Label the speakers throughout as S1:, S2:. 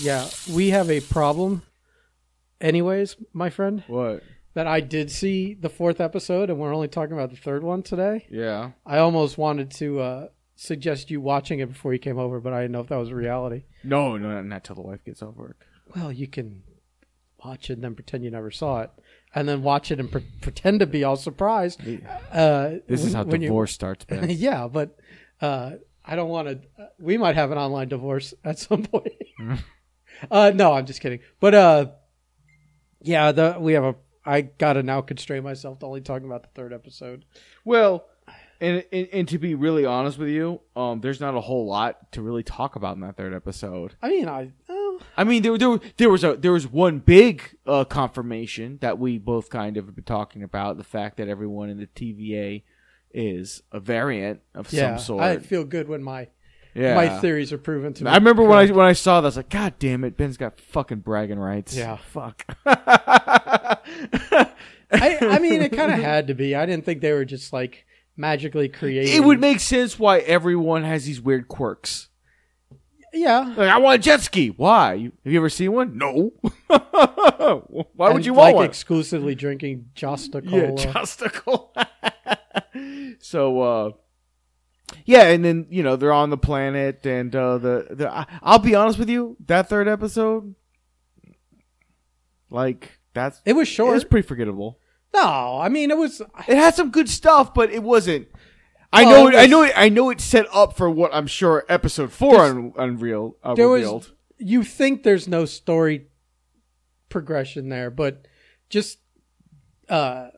S1: Yeah, we have a problem. Anyways, my friend,
S2: What?
S1: that I did see the fourth episode, and we're only talking about the third one today.
S2: Yeah.
S1: I almost wanted to uh, suggest you watching it before you came over, but I didn't know if that was a reality.
S2: No, no, not till the wife gets off work.
S1: Well, you can watch it and then pretend you never saw it, and then watch it and pre- pretend to be all surprised. Uh,
S2: This is
S1: when-
S2: how
S1: when you-
S2: divorce starts. Ben.
S1: yeah, but uh, I don't want to. we might have an online divorce at some point. uh, no, I'm just kidding. But uh, yeah, the, we have a. I gotta now constrain myself to only talking about the third episode.
S2: Well, and, and and to be really honest with you, um, there's not a whole lot to really talk about in that third episode.
S1: I mean, I oh,
S2: I mean, there there, there was a there was one big uh, confirmation that we both kind of have been talking about the fact that everyone in the TVA is a variant of
S1: yeah,
S2: some sort.
S1: I feel good when my
S2: yeah.
S1: my theories are proven to. be
S2: I remember when I
S1: correct.
S2: when I saw that, I was like, "God damn it, Ben's got fucking bragging rights."
S1: Yeah.
S2: fuck.
S1: I, I mean, it kind of had to be. I didn't think they were just like magically created.
S2: it would make sense why everyone has these weird quirks.
S1: yeah.
S2: Like, I want a jet ski. Why? You- Have you ever seen one? No. why would
S1: And,
S2: you want
S1: like
S2: one?
S1: exclusively drinking Josta
S2: yeah,
S1: Cola?
S2: Justicle. so, uh, yeah, and then you know they're on the planet, and uh, the the I, I'll be honest with you, that third episode, like that's
S1: it was short.
S2: it's pretty forgettable.
S1: no, I mean it was.
S2: It had some good stuff, but it wasn't. I
S1: Oh,
S2: know.
S1: it
S2: It I
S1: was-
S2: know. It, I know. It's set up for what I'm sure episode four un, unreal uh,
S1: there
S2: revealed.
S1: was you think there's no story progression there but just uh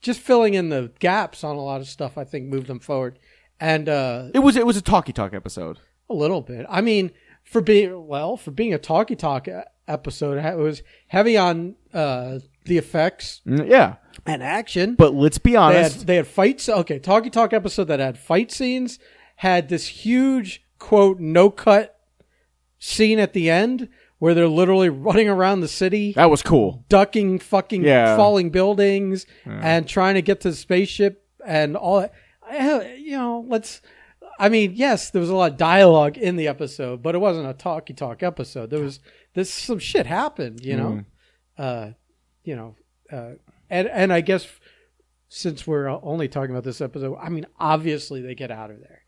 S1: just filling in the gaps on a lot of stuff i think moved them forward and uh
S2: it was. It was a talkie talk episode.
S1: a little bit i mean for being well for being a talkie talk e-, episode it was heavy on uh the effects
S2: Mm, Yeah,
S1: and action
S2: but let's be
S1: they had
S2: honest.
S1: they had fights. Okay, Talkie Talk episode that had fight scenes had this huge quote no cut scene at the end where they're literally running around the city,
S2: that was cool.
S1: ducking fucking
S2: Yeah.
S1: falling buildings and trying to get to the spaceship and all. that. I- You know, let's. I mean, yes, there was a lot of dialogue in the episode, but it wasn't a talkie talk episode. There was this some shit happened, you
S2: Mm.
S1: know uh, you know, uh, and and I guess since we're only talking about this episode, I mean, obviously they get out of there.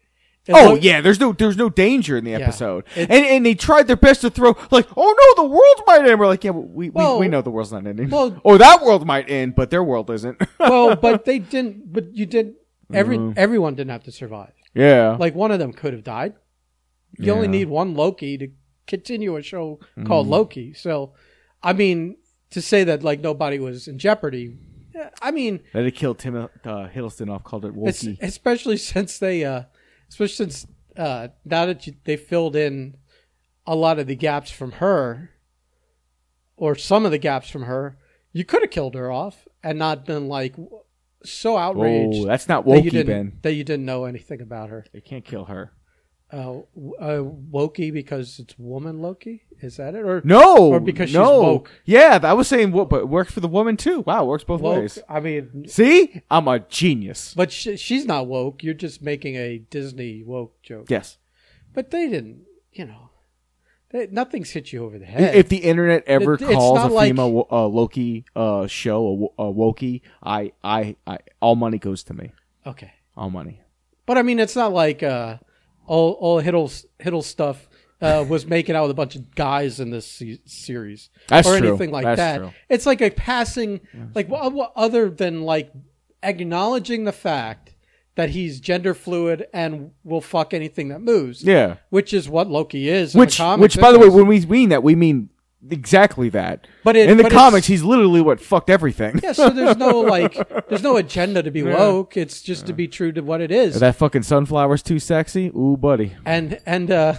S1: It
S2: Oh
S1: look-
S2: yeah, there's no there's no danger in the episode,
S1: It-
S2: and and they tried their best to throw like, oh no, the world might end. We're like, yeah, but we
S1: Well-
S2: we, we know the world's not ending,
S1: well-
S2: or that world might end, but their world isn't.
S1: well, but they didn't. But you did. Every everyone didn't have to survive.
S2: yeah,
S1: Like one of them could have died. You only
S2: Uh-huh. Yeah. Mm-hmm.
S1: need one Loki to continue a show called Loki. So, I mean, to say that like nobody was in jeopardy, eh, I mean,
S2: that it killed Tim uh, Hiddleston off, called it
S1: It's,
S2: Wolfie.
S1: especially since they, uh, especially since uh, now that you, they filled in a lot of the gaps from her, or some of the gaps from her, you could have killed her off and not been like w- so outraged
S2: Oh, that's not
S1: that you
S2: Wokey,
S1: didn't
S2: Ben.
S1: that you didn't know anything about her.
S2: They can't kill her.
S1: Uh, w- uh, Wokey because it's woman Loki. Is that it or
S2: No,
S1: Or because she's
S2: no.
S1: woke.
S2: Yeah, I was saying, wo- but it works for the woman too. Wow, it works both
S1: woke?
S2: ways.
S1: I mean,
S2: See, I'm a genius.
S1: but she, she's not woke. You're just making a Disney woke joke.
S2: Yes.
S1: But they didn't, you know, they, nothing's hit you over the head.
S2: If the internet ever
S1: It- it's
S2: calls a
S1: not like-
S2: female wo- uh, Loki uh, show a, wo- a Wokey, I, I, I, all money goes to me.
S1: okay,
S2: All money.
S1: but I mean, it's not like uh, all all Hiddle Hiddle stuff uh, was making out with a bunch of guys in this se- series
S2: That's
S1: or
S2: true.
S1: anything like
S2: That's
S1: that.
S2: true.
S1: It's like a passing, like wha- wha- other than like acknowledging the fact that he's gender fluid and will fuck anything that moves.
S2: Yeah.
S1: Which is what Loki is. in the
S2: Which,
S1: comics
S2: which, by the way,
S1: anyways.
S2: when we mean that, we mean exactly that.
S1: But it-
S2: in the
S1: but it's-
S2: comics, he's literally what fucked everything.
S1: yeah. So there's no like, there's no agenda to be woke. It's just to be true to what it is.
S2: That fucking sunflower's too sexy. Ooh, buddy.
S1: and and uh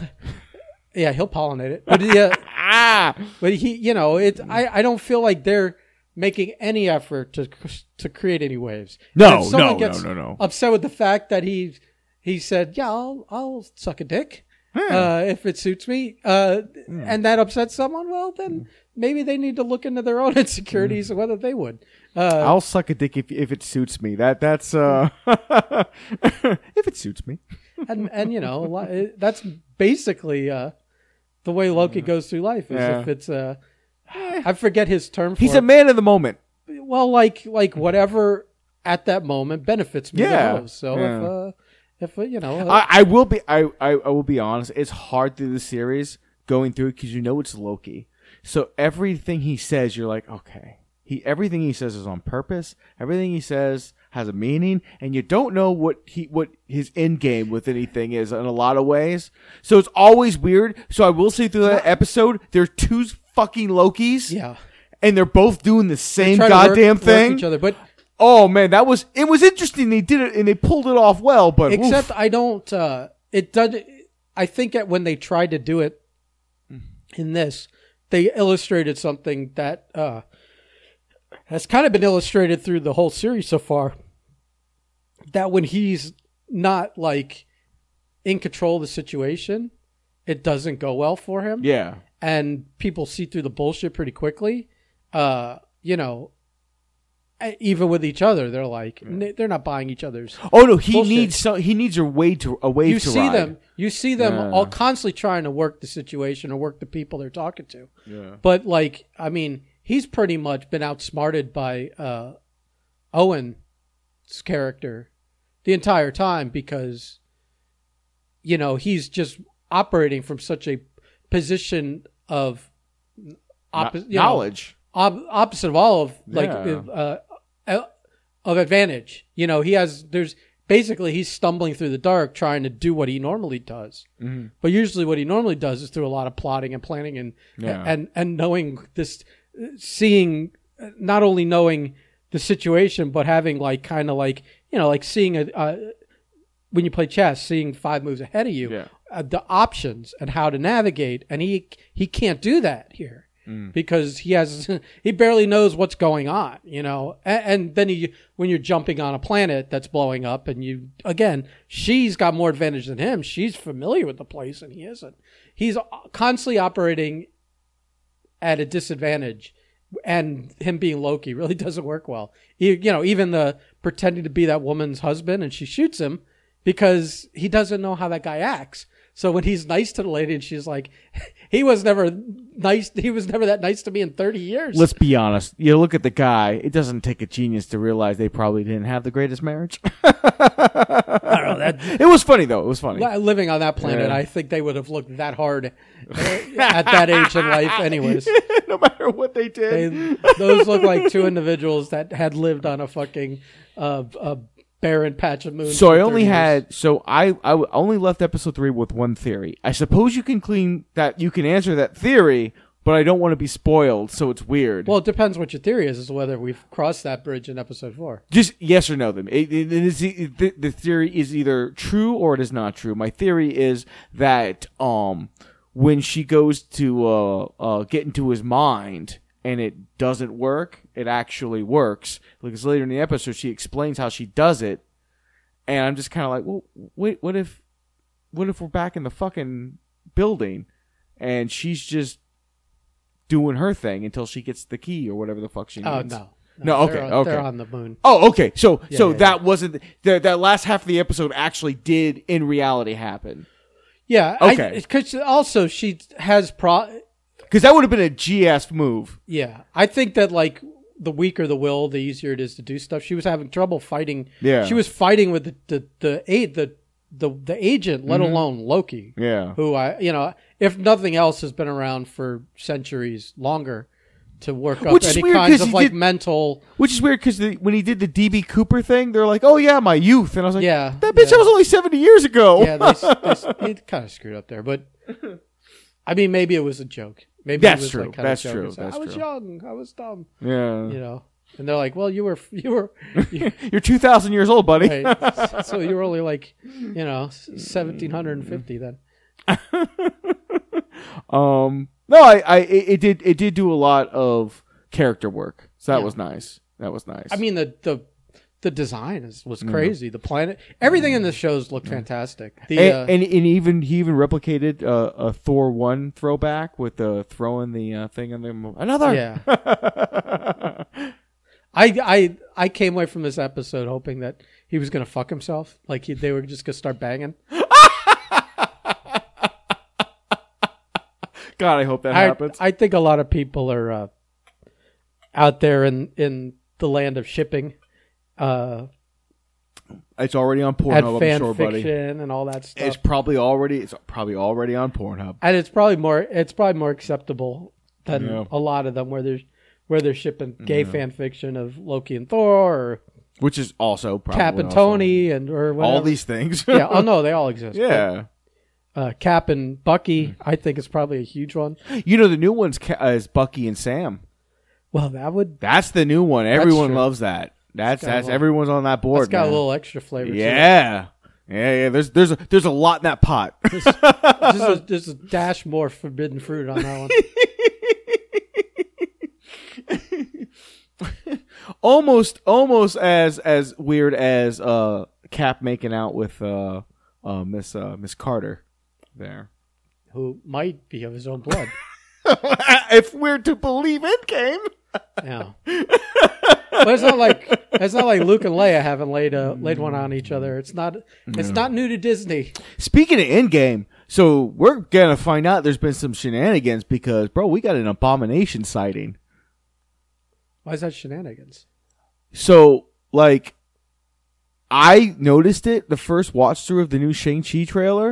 S1: yeah he'll pollinate it but yeah
S2: Ah.
S1: but he you know it i i don't feel like they're making any effort to to create any waves
S2: No,
S1: And if someone
S2: no,
S1: gets
S2: no, no, no.
S1: upset with the fact that he he said yeah i'll i'll suck a dick
S2: Hmm.
S1: uh if it suits me uh and that upsets someone well then maybe they need to look into their own insecurities
S2: Hmm.
S1: and whether they would uh
S2: I'll suck a dick if if it suits me. That that's uh if it suits me.
S1: and and you know li- that's basically uh the way Loki goes through life. Is
S2: Hmm. Yeah. Eh.
S1: if it's a, I forget his term. For
S2: He's a
S1: it.
S2: man of the moment.
S1: well, like like whatever at that moment benefits me
S2: Yeah.
S1: the most. So
S2: Yeah.
S1: if uh, if uh, you know, uh,
S2: I, I will be. I, I, I will be honest. It's hard through the series going through because you know it's Loki. So everything he says, you're like, okay. He everything he says is on purpose. Everything he says has a meaning, and you don't know what he what his end game with anything is in a lot of ways. So it's always weird. So I will say through that episode, there are two fucking Lokis,
S1: yeah,
S2: and they're both doing the same
S1: Try to work-
S2: goddamn
S1: work
S2: thing.
S1: each other, but
S2: Oh man, that was it was interesting. They did it and they pulled it off well, but oof.
S1: Except I don't. Uh, it does. I think that when they tried to do it in this, they illustrated something that uh, has kind of been illustrated through the whole series so far. That when he's not like in control of the situation, it doesn't go well for him
S2: yeah.
S1: and people see through the bullshit pretty quickly, uh, you know, e- even with each other, they're like n- they're not buying each other's.
S2: Oh no, he
S1: Bullshit.
S2: needs some. He needs a way to a wave
S1: You
S2: to
S1: see
S2: ride.
S1: them, you see them
S2: Yeah.
S1: all constantly trying to work the situation or work the people they're talking to.
S2: Yeah.
S1: But like, I mean, he's pretty much been outsmarted by uh, Owen's character the entire time because you know he's just operating from such a position of oppo- you know,
S2: knowledge.
S1: ob- opposite of all of like
S2: Yeah.
S1: uh, of advantage. You know, he has there's basically he's stumbling through the dark trying to do what he normally does.
S2: Mm-hmm.
S1: But usually, what he normally does is through a lot of plotting and planning and
S2: Yeah.
S1: and and knowing this, seeing not only knowing the situation but having like kind of like you know like seeing a. Uh, when you play chess, seeing five moves ahead of you,
S2: Yeah.
S1: uh, the options and how to navigate, and he he can't do that here because he has he barely knows what's going on, you know. And, and then he when you're jumping on a planet that's blowing up, and you again, she's got more advantage than him. She's familiar with the place, and he isn't. He's constantly operating at a disadvantage and him being Loki really doesn't work well. You, you know, even the pretending to be that woman's husband and she shoots him because he doesn't know how that guy acts. So when he's nice to the lady and she's like, he was never nice. He was never that nice to me in 30 years.
S2: Let's be honest. You look at the guy. It doesn't take a genius to realize they probably didn't have the greatest marriage. it was funny though. It was funny.
S1: Li- Living on that planet,
S2: Yeah.
S1: I think they would have looked that hard at that age in life anyways.
S2: no matter what they did.
S1: They, those look like two individuals that had lived on a fucking uh, a barren patch of moon.
S2: So
S1: for
S2: I only
S1: 30 years.
S2: had so I I w- only left episode three with one theory. I suppose you can clean that. You can answer that theory, but I don't want to be spoiled. So it's weird.
S1: Well, it depends what your theory is, as to whether we've crossed that bridge in episode four.
S2: Just yes or no. Them. It, it- it is, it- the, the theory is either true or it is not true. My theory is that um, when she goes to uh, uh, get into his mind and it doesn't work, it actually works. Because later in the episode, she explains how she does it, and I'm just kind of like, well, wait, what if, what if we're back in the fucking building, and she's just doing her thing until she gets the key or whatever the fuck she
S1: Oh
S2: needs.
S1: no,
S2: No, okay,
S1: they're, on-
S2: okay.
S1: They're on the moon.
S2: Oh, okay. So so
S1: yeah,
S2: that wasn't the, that last half of the episode actually did in reality happen
S1: Yeah.
S2: Okay.
S1: Because also she has pro.
S2: because that would have been a GS move.
S1: Yeah, I think that like the weaker the will, the easier it is to do stuff. She was having trouble fighting.
S2: Yeah.
S1: She was fighting with the the the aid the the, the agent, let
S2: Mm-hmm.
S1: alone Loki.
S2: Yeah.
S1: Who I you know if nothing else has been around for centuries longer to work up
S2: Which is
S1: any
S2: weird
S1: kinds
S2: 'cause
S1: of
S2: he
S1: like
S2: did-
S1: mental.
S2: Which is weird because when he did the DB Cooper thing, they're like, "Oh yeah, my youth," and I was like,
S1: Yeah,
S2: that bitch
S1: yeah.
S2: that was only seventy years ago."
S1: Yeah, they, s- they, s- they kind of screwed up there, but I mean, maybe it was a joke. Maybe
S2: That's
S1: it was
S2: true.
S1: Like kind
S2: That's
S1: of joke.
S2: true.
S1: It's like,
S2: That's
S1: I was
S2: true.
S1: young. I was dumb.
S2: Yeah.
S1: You know, and they're like, "Well, you were you were
S2: you're two thousand years old, buddy.
S1: Right. so you were only like, you know, seventeen hundred and fifty then.
S2: Um, no, I, I it, it did it did do a lot of character work, so that
S1: Yeah.
S2: was nice. That was nice.
S1: I mean, the the the design is, was
S2: Mm-hmm.
S1: crazy. The planet, everything in the shows looked fantastic. The
S2: and,
S1: uh,
S2: and, and even he even replicated uh, a Thor one throwback with uh, throwing the uh, thing in the mo- another.
S1: yeah, I I I came away from this episode hoping that he was gonna fuck himself. Like he, they were just gonna start banging.
S2: God, I hope that
S1: I,
S2: happens.
S1: I think a lot of people are uh, out there in in the land of shipping, uh,
S2: It's already on
S1: at
S2: Pornhub, I'm
S1: fan
S2: sure, buddy.
S1: fiction and all that stuff.
S2: It's probably already it's probably already on Pornhub.
S1: and it's probably more it's probably more acceptable than
S2: Yeah.
S1: a lot of them where they're where they're shipping gay fan fiction of Loki and Thor or
S2: which is also probably
S1: Cap and
S2: also-
S1: Tony and or whatever.
S2: all these things.
S1: yeah, oh no, they all exist.
S2: Yeah. Mm.
S1: But, uh, Cap and Bucky, I think is probably a huge one.
S2: you know the new one's ca- uh, is Bucky and Sam.
S1: Well, that would
S2: That's the new one. Everyone
S1: true.
S2: loves that. That's
S1: got a
S2: that's
S1: little-
S2: everyone's on that board.
S1: that's got a
S2: man.
S1: little extra flavor. to it.
S2: yeah. Yeah, yeah. There's there's a, there's a lot in that pot.
S1: Just a, just a dash more forbidden fruit on that one.
S2: almost almost as as weird as uh Cap making out with uh uh Miss uh Miss Carter there.
S1: who might be of his own blood.
S2: if we're to believe in game.
S1: Yeah. but it's not like it's not like Luke and Leia haven't laid a, laid one on each other. It's not it's not new to Disney.
S2: Speaking of Endgame, so we're gonna find out there's been some shenanigans because, bro, we got an abomination sighting.
S1: Why is that shenanigans?
S2: So, like, I noticed it the first watch through of the new Shang Chi trailer,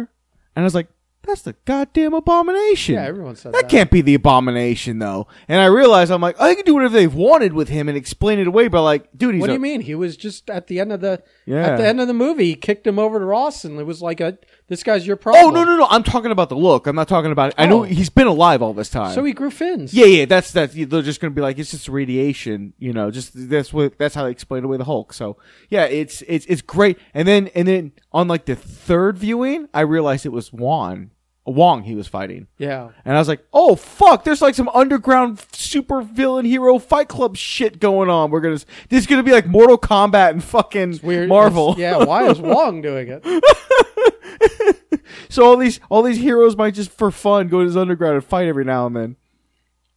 S2: and I was like, "That's the goddamn abomination."
S1: Yeah, everyone said
S2: that
S1: that.
S2: can't be the abomination though. And I realized I'm like, I can do whatever they've wanted with him and explain it away, but like, dude, he's
S1: What do
S2: a-
S1: you mean? He was just at the end of the
S2: Yeah.
S1: at the end of the movie. He kicked him over to Ross, and it was like a this guy's your problem.
S2: Oh no no no! I'm talking about the look. I'm not talking about. I know
S1: Oh.
S2: he's been alive all this time.
S1: So he grew fins.
S2: Yeah, yeah, that's that's they're just gonna be like it's just radiation, you know. Just that's what that's how they explain away the Hulk. So yeah, it's it's it's great. And then and then on like the third viewing, I realized it was Wong, Wong he was fighting,
S1: yeah.
S2: and I was like, oh fuck, there's like some underground super villain hero fight club shit going on. We're gonna s- this is gonna be like Mortal Kombat and fucking
S1: Weird.
S2: Marvel.
S1: It's- yeah. Why is Wong doing it?
S2: So all these all these heroes might just for fun go to this underground and fight every now and then.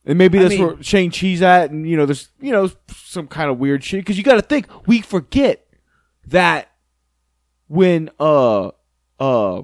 S2: And maybe that's
S1: mean-
S2: where Shane Chi's at, and you know, there's you know some kind of weird shit because you got to think we forget that when uh uh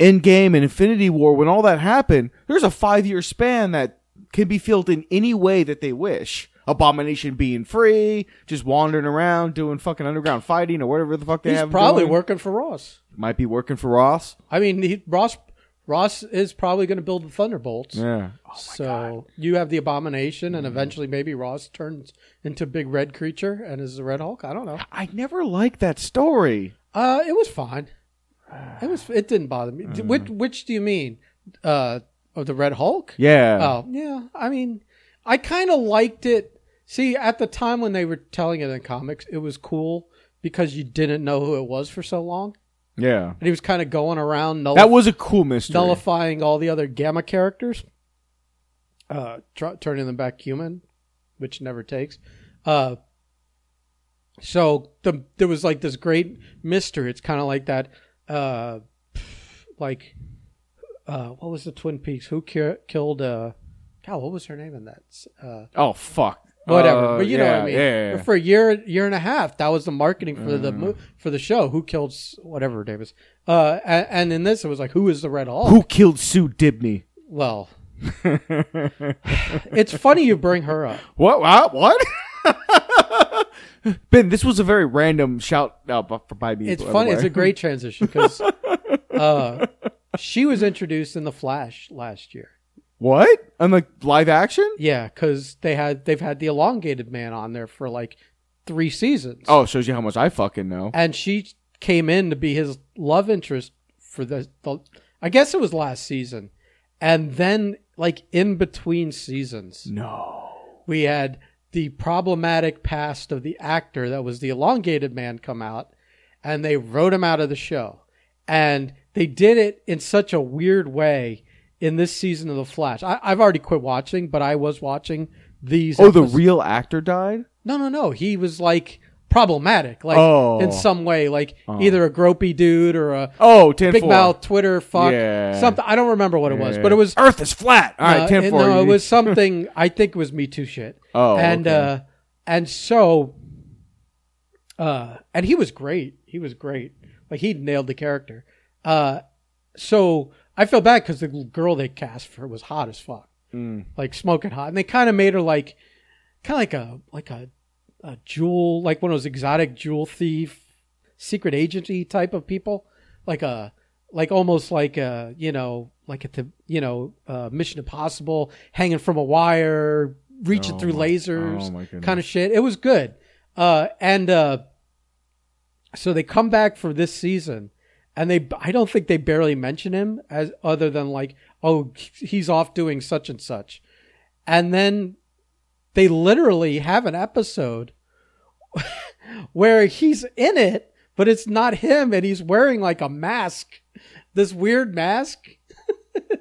S2: Endgame and Infinity War when all that happened, there's a five year span that can be filled in any way that they wish. Abomination being free, just wandering around doing fucking underground fighting or whatever the fuck they
S1: He's
S2: have. him
S1: probably
S2: doing.
S1: working for Ross.
S2: might be working for Ross.
S1: I mean, he, Ross Ross is probably going to build the Thunderbolts.
S2: Yeah.
S1: so you have the Abomination, and eventually maybe Ross turns into Big Red Creature and is the Red Hulk. I don't know.
S2: I never liked that story.
S1: Uh, it was fine. It was. It didn't bother me. D which
S2: Mm.
S1: Which do you mean? Uh, of the Red Hulk?
S2: Yeah.
S1: Oh yeah. I mean, I kind of liked it. See, at the time when they were telling it in comics, it was cool because you didn't know who it was for so long,
S2: Yeah.
S1: and he was kind of going around null-
S2: That was a cool mystery.
S1: nullifying all the other Gamma characters, uh, tr- turning them back human, which never takes. Uh, so the, there was like this great mystery. It's kind of like that, uh, like uh, what was the Twin Peaks? Who ki- killed? Uh, God, what was her name in that? Uh,
S2: oh fuck.
S1: whatever.
S2: Uh,
S1: but you know
S2: yeah,
S1: what I mean.
S2: Yeah. Mm. yeah.
S1: For a year, year and a half, that was the marketing for the mo- for the show. Who killed S- whatever Davis? Uh, and, and in this, it was like, who is the Red Hulk?
S2: Who killed Sue Dibney?
S1: Well, it's funny you bring her up.
S2: What? What? What? ben, this was a very random shout out bu- by me.
S1: It's
S2: by the
S1: funny.
S2: way.
S1: It's a great transition because uh, she was introduced in the Flash last year.
S2: what? I'm like live action.
S1: Yeah, because they had they've had the elongated man on there for like three seasons.
S2: Oh, shows you how much I fucking know.
S1: and she came in to be his love interest for the, the I guess it was last season, and then like in between seasons,
S2: No.
S1: we had the problematic past of the actor that was the elongated man come out and they wrote him out of the show and they did it in such a weird way in this season of the flash I, i've already quit watching but i was watching these
S2: Oh, the
S1: episodes.
S2: real actor died.
S1: no no no he was like problematic like
S2: Oh.
S1: in some way like either a gropey dude or a
S2: Oh, 10
S1: big mouth twitter fuck
S2: Yeah.
S1: something i don't remember what it was but it was
S2: Earth is flat. All right,
S1: uh,
S2: ten
S1: and
S2: four.
S1: No, it was something. I think it was Me Too shit.
S2: Oh,
S1: and
S2: okay.
S1: uh, and so, uh, and he was great. He was great. Like he nailed the character. Uh, so I feel bad because the girl they cast for was hot as fuck,
S2: Mm.
S1: like smoking hot, and they kind of made her like, kind of like a like a, a jewel, like one of those exotic jewel thief, secret agency type of people, like a like almost like a you know like at the you know uh, Mission Impossible, hanging from a wire, reaching
S2: Oh
S1: through
S2: my-
S1: lasers,
S2: oh my goodness.
S1: kind of shit. It was good, uh, and uh, so they come back for this season and they i don't think they barely mention him as other than like oh he's off doing such and such and then they literally have an episode where he's in it but it's not him and he's wearing like a mask this weird mask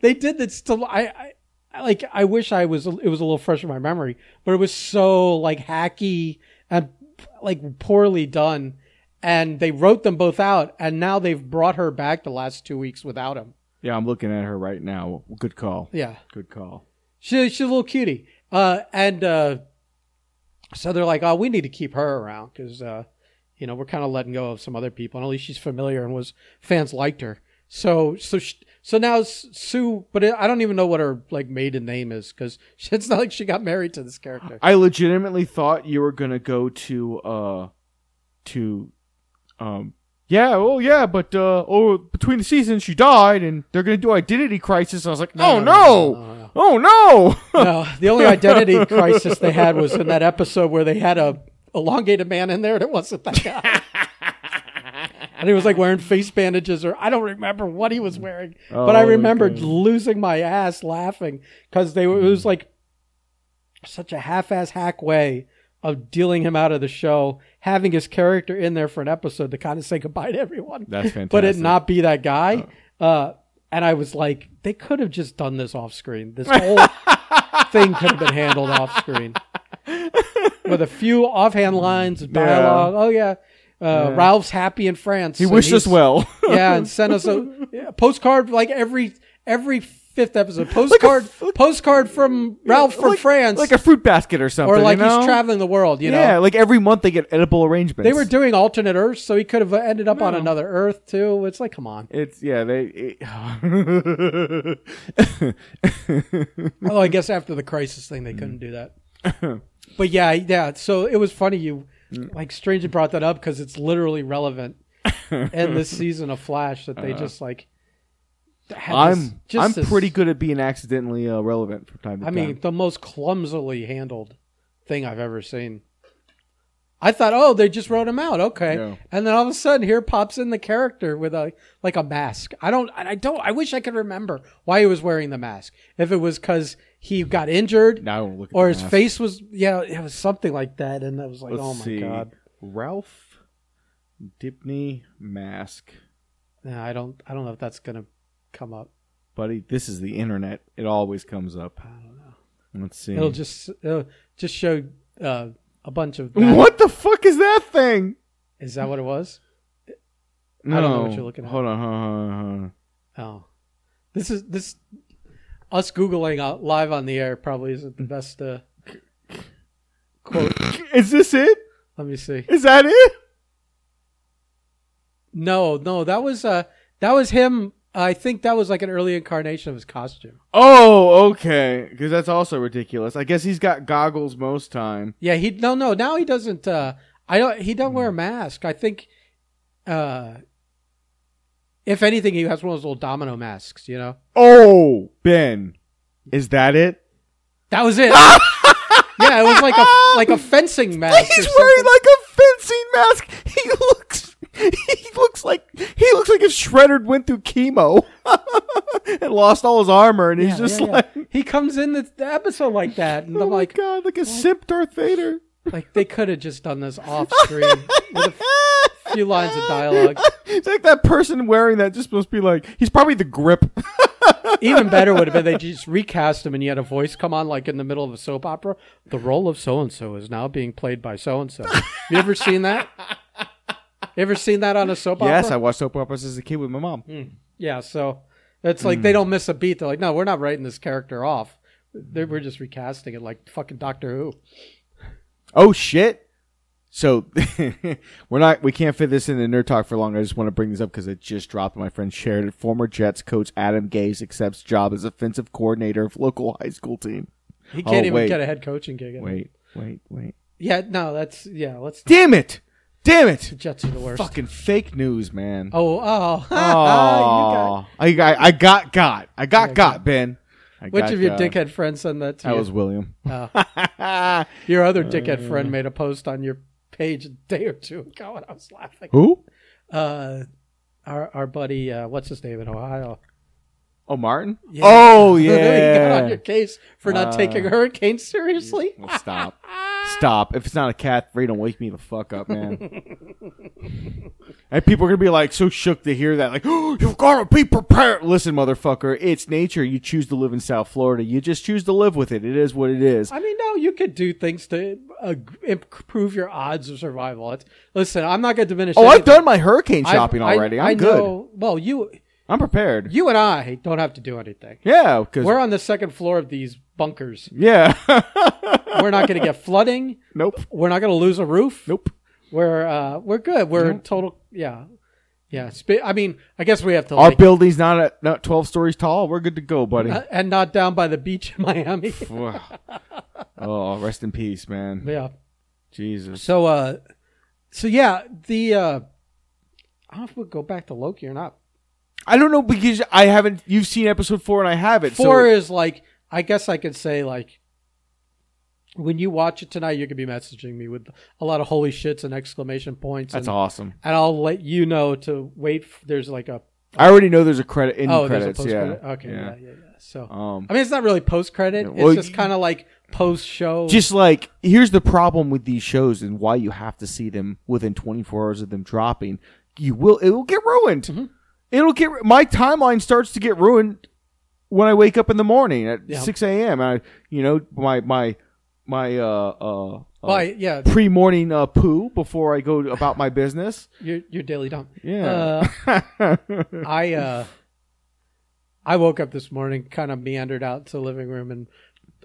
S1: they did that still I, I I- like i wish i was it was a little fresh in my memory but it was so like hacky and like poorly done and they wrote them both out and now they've brought her back the last two weeks without him
S2: Yeah, I'm looking at her right now. Good call.
S1: yeah
S2: Good call.
S1: she, she's a little cutie uh, and uh, so they're like oh we need to keep her around because uh, you know we're kind of letting go of some other people and at least she's familiar and was fans liked her so so sh so now S- sue but i don't even know what her like maiden name is because it's not like she got married to this character
S2: I legitimately thought you were gonna go to uh to um yeah oh yeah but uh oh between the seasons she died and they're gonna do identity crisis. I was like oh no, oh no.
S1: no, the only identity crisis they had was in that episode where they had a elongated man in there, and it wasn't that guy. and he was like wearing face bandages, or I don't remember what he was wearing, but I
S2: Oh, my
S1: remembered
S2: God.
S1: losing my ass laughing because they were, it was like such a half-ass hack way of dealing him out of the show, having his character in there for an episode to kind of say goodbye to everyone.
S2: That's fantastic. Oh.
S1: But it not be that guy. Uh, and I was like, they could have just done this off screen. This whole thing could have been handled off screen with a few offhand lines of dialogue. Oh yeah. Uh, Ralph's happy in France.
S2: he wished us well.
S1: yeah, and sent us a yeah, postcard like every every fifth episode. Postcard postcard from Ralph from
S2: Like-
S1: France,
S2: like a fruit basket or something,
S1: or like
S2: you know?
S1: he's traveling the world. You
S2: Yeah,
S1: know,
S2: like every month they get edible arrangements.
S1: they were doing alternate Earths, so he could have ended up on another Earth too. It's like, come on.
S2: It's yeah they. it-
S1: Although I guess after the crisis thing, they
S2: Mm.
S1: couldn't do that. but yeah, yeah. So it was funny you
S2: Mm.
S1: like strangely brought that up because it's literally relevant in this season of Flash that they just like. had this-
S2: Uh-huh. I'm
S1: just
S2: I'm
S1: this-
S2: pretty good at being accidentally uh, relevant from time to
S1: I
S2: time.
S1: mean, the most clumsily handled thing I've ever seen. I thought, oh, they just wrote him out, okay,
S2: Yeah.
S1: and then all of a sudden, here pops in the character with a like a mask. I don't, I don't, I wish I could remember why he was wearing the mask. If it was because he got injured,
S2: now I won't look at
S1: or
S2: the
S1: his
S2: mask.
S1: face was yeah, it was something like that, and I was like,
S2: Let's
S1: oh my
S2: see.
S1: god,
S2: Ralph Dibney mask,
S1: Nah, I don't, I don't know if that's gonna come up.
S2: buddy. This is the internet. It always comes up.
S1: I don't know.
S2: Let's see.
S1: It'll just, it'll just show uh, a bunch of.
S2: what the fuck is that thing?
S1: is that? What it was?
S2: No.
S1: don't know what you're looking at.
S2: Hold on, hold on, hold on, hold on.
S1: Oh, this is this. Us googling out live on the air probably isn't the best uh, quote.
S2: Is this it?
S1: Let me see.
S2: Is that it?
S1: No, no, that was uh, that was him. I think that was like an early incarnation of his costume.
S2: Oh, okay. Because that's also ridiculous. I guess he's got goggles most time.
S1: Yeah, he no no now he doesn't. Uh, I don't. He don't
S2: Hmm.
S1: wear a mask. I think, uh, if anything, he has one of those little domino masks. You know,
S2: Oh, Ben, is that it?
S1: that was it. yeah, it was like a like a fencing mask.
S2: He's
S1: or
S2: wearing
S1: something.
S2: like a fencing mask. He looks. He looks like he looks like if Shredder went through chemo and lost all his armor, and he's
S1: Yeah,
S2: just
S1: yeah, yeah.
S2: like,
S1: he comes in the, the episode like that, and
S2: oh
S1: I'm
S2: my
S1: like,
S2: god, like a simp Darth Vader.
S1: like they could have just done this off screen with a few lines of dialogue.
S2: It's like that person wearing that just must be like he's probably the grip.
S1: Even better would have been they just recast him and you had a voice come on like in the middle of a soap opera. The role of so and so is now being played by so and so. You ever seen that? You ever seen that on a soap
S2: yes, I
S1: opera?
S2: watched soap operas as a kid with my mom.
S1: Yeah, so it's like
S2: Hmm.
S1: they don't miss a beat. They're like, no, we're not writing this character off. They, we're just recasting it like fucking Doctor Who.
S2: Oh shit! So we're not we can't fit this in the nerd talk for long. I just want to bring this up because it just dropped. My friend shared it. Former Jets coach Adam Gase accepts job as offensive coordinator of local high school team.
S1: He can't
S2: Oh,
S1: even
S2: wait.
S1: get a head coaching gig. I think.
S2: Wait, wait, wait.
S1: Yeah, no, that's yeah. Let's
S2: Damn it! Damn it!
S1: Jets are the worst.
S2: Fucking fake news, man.
S1: Oh, oh, you got-
S2: Aw. I, I I got got. I got
S1: Yeah,
S2: got, Ben. I
S1: Which
S2: got
S1: of your
S2: got.
S1: dickhead friends sent that to
S2: That
S1: you?
S2: was Uh, William.
S1: Oh. your other dickhead friend made a post on your page a day or two ago, and I was laughing.
S2: Who?
S1: Uh, our our buddy, uh, what's his name in Ohio?
S2: Oh, Martin.
S1: Yeah.
S2: Oh
S1: He got on
S2: yeah.
S1: your case for not
S2: Uh,
S1: taking hurricanes seriously.
S2: Well, stop. Stop. If it's not a cat, Ray, don't wake me the fuck up, man. and people are gonna be like so shook to hear that, like, you've gotta be prepared. Listen, motherfucker, it's nature. You choose to live in South Florida. You just choose to live with it. It is what it is.
S1: I mean, no, you could do things to uh, improve your odds of survival. It's, listen, I'm not going to diminish.
S2: Oh, I've
S1: anything.
S2: done my hurricane
S1: I've-
S2: shopping
S1: I-
S2: already. I'm
S1: I
S2: good.
S1: know- well, you
S2: I'm prepared.
S1: you and I don't have to do anything.
S2: Yeah, because
S1: We're on the second floor of these bunkers.
S2: yeah,
S1: We're not going to get flooding.
S2: nope,
S1: We're not going to lose a roof.
S2: nope.
S1: We're uh, we're good. We're total. Yeah, yeah. Sp- I mean, I guess we have to.
S2: Our
S1: like,
S2: building's not at, not 12 stories tall. We're good to go, buddy.
S1: uh, and not down by the beach in Miami.
S2: oh, rest in peace, man.
S1: yeah.
S2: Jesus.
S1: So uh, so yeah, the uh, I don't know if we'll go back to Loki or not.
S2: I don't know because I haven't. You've seen episode four, and I haven't.
S1: Four
S2: so,
S1: is like I guess I could say like when you watch it tonight, you're gonna be messaging me with a lot of holy shits and exclamation points.
S2: that's
S1: and,
S2: awesome.
S1: and I'll let you know to wait. f- There's like a
S2: I already know there's a credit in
S1: oh, there's
S2: credits.
S1: a post
S2: Yeah.
S1: credit. Okay, yeah,
S2: Yeah.
S1: yeah, yeah. So
S2: Um.
S1: I mean, it's not really post credit.
S2: Yeah, well,
S1: it's just
S2: you-
S1: kind of like post show.
S2: Just like here's the problem with these shows and why you have to see them within 24 hours of them dropping. You will. It will get ruined.
S1: Mm-hmm.
S2: It'll get. ru- My timeline starts to get ruined when I wake up in the morning at
S1: Yeah.
S2: 6 a.m. I, you know, my my my uh uh. uh,
S1: Why? Yeah,
S2: Pre morning uh, poo before I go about my business.
S1: your your daily dump.
S2: Yeah.
S1: Uh, I uh, I woke up this morning, kind of meandered out to the living room and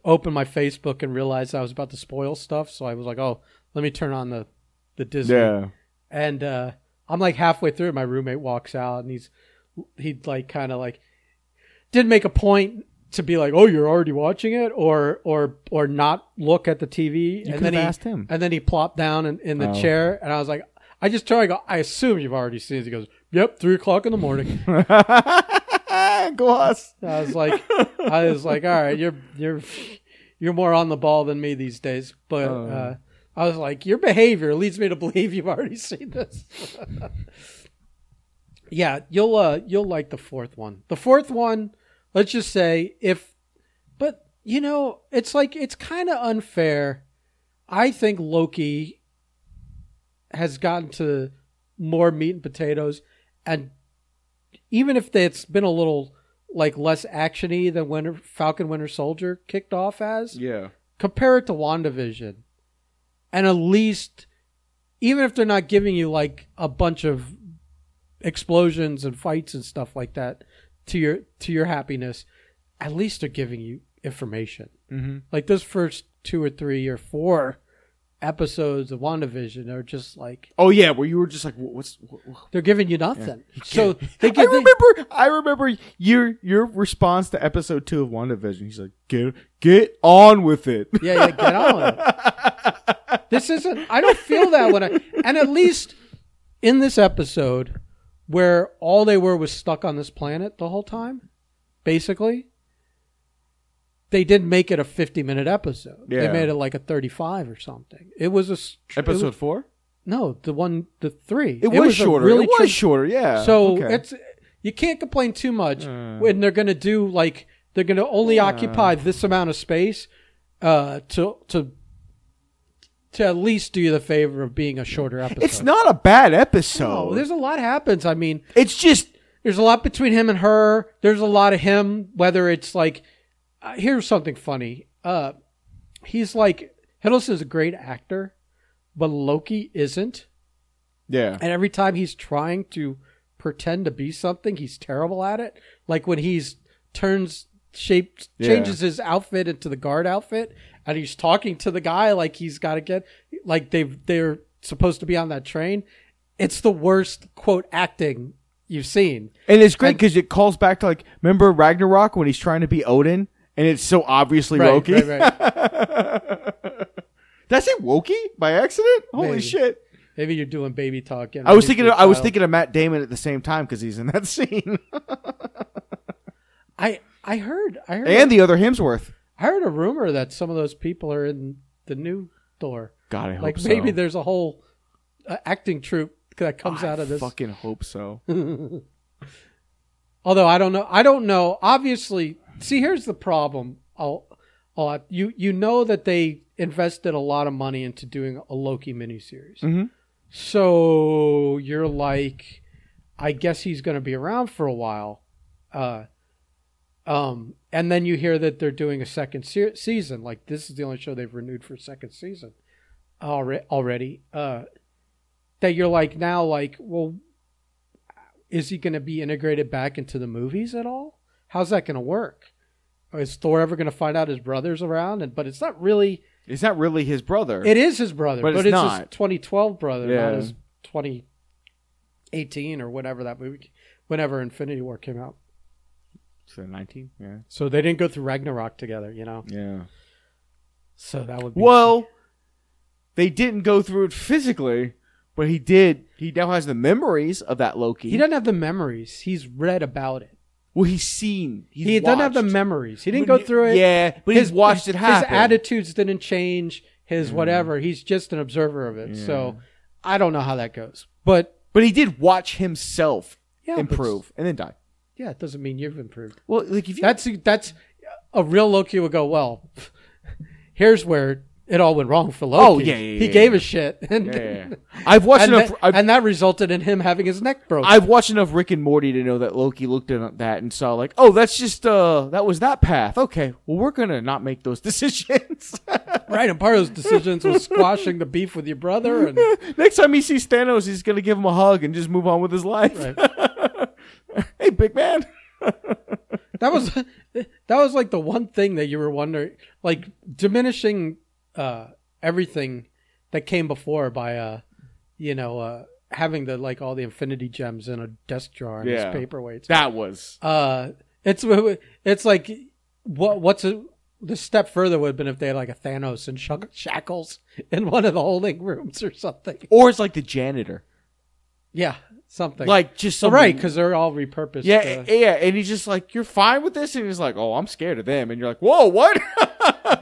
S1: opened my Facebook and realized I was about to spoil stuff. So I was like, oh, let me turn on the the Disney.
S2: yeah.
S1: And uh, I'm like halfway through, my roommate walks out and he's he'd like kind of like did make a point to be like, oh, you're already watching it, or or or not look at the TV.
S2: You
S1: and
S2: could
S1: then
S2: have
S1: he
S2: asked him.
S1: and then he plopped down in, in the
S2: Oh.
S1: chair, and I was like, I just turned. I go, I assume you've already seen it. He goes, yep, three o'clock in the morning.
S2: Go us.
S1: I was like, I was like, all right, you're you're you're more on the ball than me these days. But
S2: Oh.
S1: uh, I was like, your behavior leads me to believe you've already seen this. yeah, you'll uh, you'll like the fourth one. The fourth one, let's just say, if but you know, it's like it's kind of unfair. I think Loki has gotten to more meat and potatoes, and even if it's been a little like less actiony than Winter Falcon Winter Soldier kicked off as,
S2: Yeah.
S1: compare it to WandaVision. And at least, even if they're not giving you like a bunch of explosions and fights and stuff like that to your to your happiness, at least they're giving you information.
S2: Mm-hmm.
S1: Like those first two or three or four episodes of WandaVision are just like
S2: Oh yeah, where you were just like, "Wh- what's? wh- wh-
S1: they're giving you nothing. So they
S2: I
S1: give they-
S2: remember. I remember your your response to episode two of WandaVision. He's like, get get on with it.
S1: Yeah, yeah, get on with it. This isn't. I don't feel that when I. And at least in this episode, where all they were was stuck on this planet the whole time, basically, they didn't make it a fifty-minute episode. They
S2: Yeah.
S1: made it like a thirty-five or something. It was a s- it was-
S2: four.
S1: no, the one, the three.
S2: It, was, shorter.
S1: A really
S2: it was
S1: trim-
S2: shorter. Yeah.
S1: so
S2: Okay.
S1: it's you can't complain too much
S2: Uh.
S1: when they're going to do like they're going to only occupy this amount of space uh, to to to at least do you the favor of being a shorter episode.
S2: it's not a bad
S1: No,
S2: episode.
S1: there's a lot happens. I mean,
S2: it's just
S1: there's a lot between him and her. There's a lot of him. Whether it's like, uh, here's something funny. Uh, he's like Hiddleston's a great actor, but Loki isn't.
S2: yeah.
S1: And every time he's trying to pretend to be something, he's terrible at it. Like when he's turns shape
S2: Yeah.
S1: changes his outfit into the guard outfit and he's talking to the guy like he's got to get like they've they're supposed to be on that train, it's the worst quote acting you've seen.
S2: And it's great because it calls back to like remember Ragnarok when he's trying to be Odin and it's so obviously Loki.
S1: right, right.
S2: Did I say Wokey by accident? Holy
S1: Maybe.
S2: shit!
S1: Maybe you're doing baby talk.
S2: I was thinking of, I was thinking of Matt Damon at the same time because he's in that scene
S1: I I heard I heard
S2: and the other Hemsworth.
S1: I heard a rumor that some of those people are in the new door.
S2: God, I hope
S1: Like
S2: so.
S1: maybe there's a whole uh, acting troupe that comes
S2: I
S1: out of this.
S2: Fucking hope so.
S1: Although I don't know, I don't know. Obviously, see, here's the problem. I'll, I'll, you you know that they invested a lot of money into doing a Loki miniseries,
S2: Mhm.
S1: so you're like, I guess he's going to be around for a while, uh, um, and then you hear that they're doing a second se- season. Like this is the only show they've renewed for a second season alre- already. Uh, that you're like now, like, well, is he going to be integrated back into the movies at all? How's that going to work? Or Is Thor ever going to find out his brother's around? And but it's not really.
S2: It's not really his brother.
S1: It is his brother,
S2: But
S1: but,
S2: it's
S1: it's, his
S2: not.
S1: 2012 brother,
S2: Yeah.
S1: not his 2018 or whatever that movie, whenever Infinity War came out.
S2: so nineteen. Yeah.
S1: So they didn't go through Ragnarok together, you know.
S2: Yeah.
S1: So that would be
S2: Well, they didn't go through it physically, but he did. He now has the memories of that Loki.
S1: He doesn't have the memories. He's read about it.
S2: well, he's seen. He's
S1: he doesn't have the
S2: watched.
S1: memories. He didn't
S2: When
S1: go through it.
S2: Yeah, but he's watched it happen. Mm-hmm.
S1: His attitudes didn't change. His whatever. He's just an observer of it. So I don't know how that goes. But
S2: But he did watch himself
S1: yeah, but-
S2: improve and then die.
S1: yeah, it doesn't mean you've improved.
S2: Well, like if you
S1: That's that's a real Loki would go. Well, here's where it all went wrong for Loki.
S2: Oh, yeah, yeah,
S1: he
S2: yeah,
S1: gave
S2: yeah.
S1: a shit, and
S2: Yeah. I've watched
S1: and,
S2: enough.
S1: that,
S2: I've,
S1: and that resulted in him having his neck broken.
S2: I've watched enough Rick and Morty to know that Loki looked at that and saw like, oh, that's just uh, that was that path. Okay, well, we're gonna not make those decisions.
S1: right, and part of those decisions was squashing the beef with your brother, and
S2: Next time he sees Thanos, he's gonna give him a hug and just move on with his life. hey, big man.
S1: That was that was like the one thing that you were wondering, like diminishing uh, everything that came before by uh, you know uh, having the like all the infinity gems in a desk jar and
S2: Yeah.
S1: his paperweights.
S2: That was
S1: Uh, it's it's like what what's a, the step further would have been if they had like a Thanos and shack- shackles in one of the holding rooms or something.
S2: or it's like the janitor,
S1: Yeah, something
S2: like just
S1: so
S2: some
S1: oh, right because they're all repurposed.
S2: Yeah,
S1: uh,
S2: yeah, and he's just like, "You're fine with this," and he's like, "Oh, I'm scared of them," and you're like, "Whoa, what?"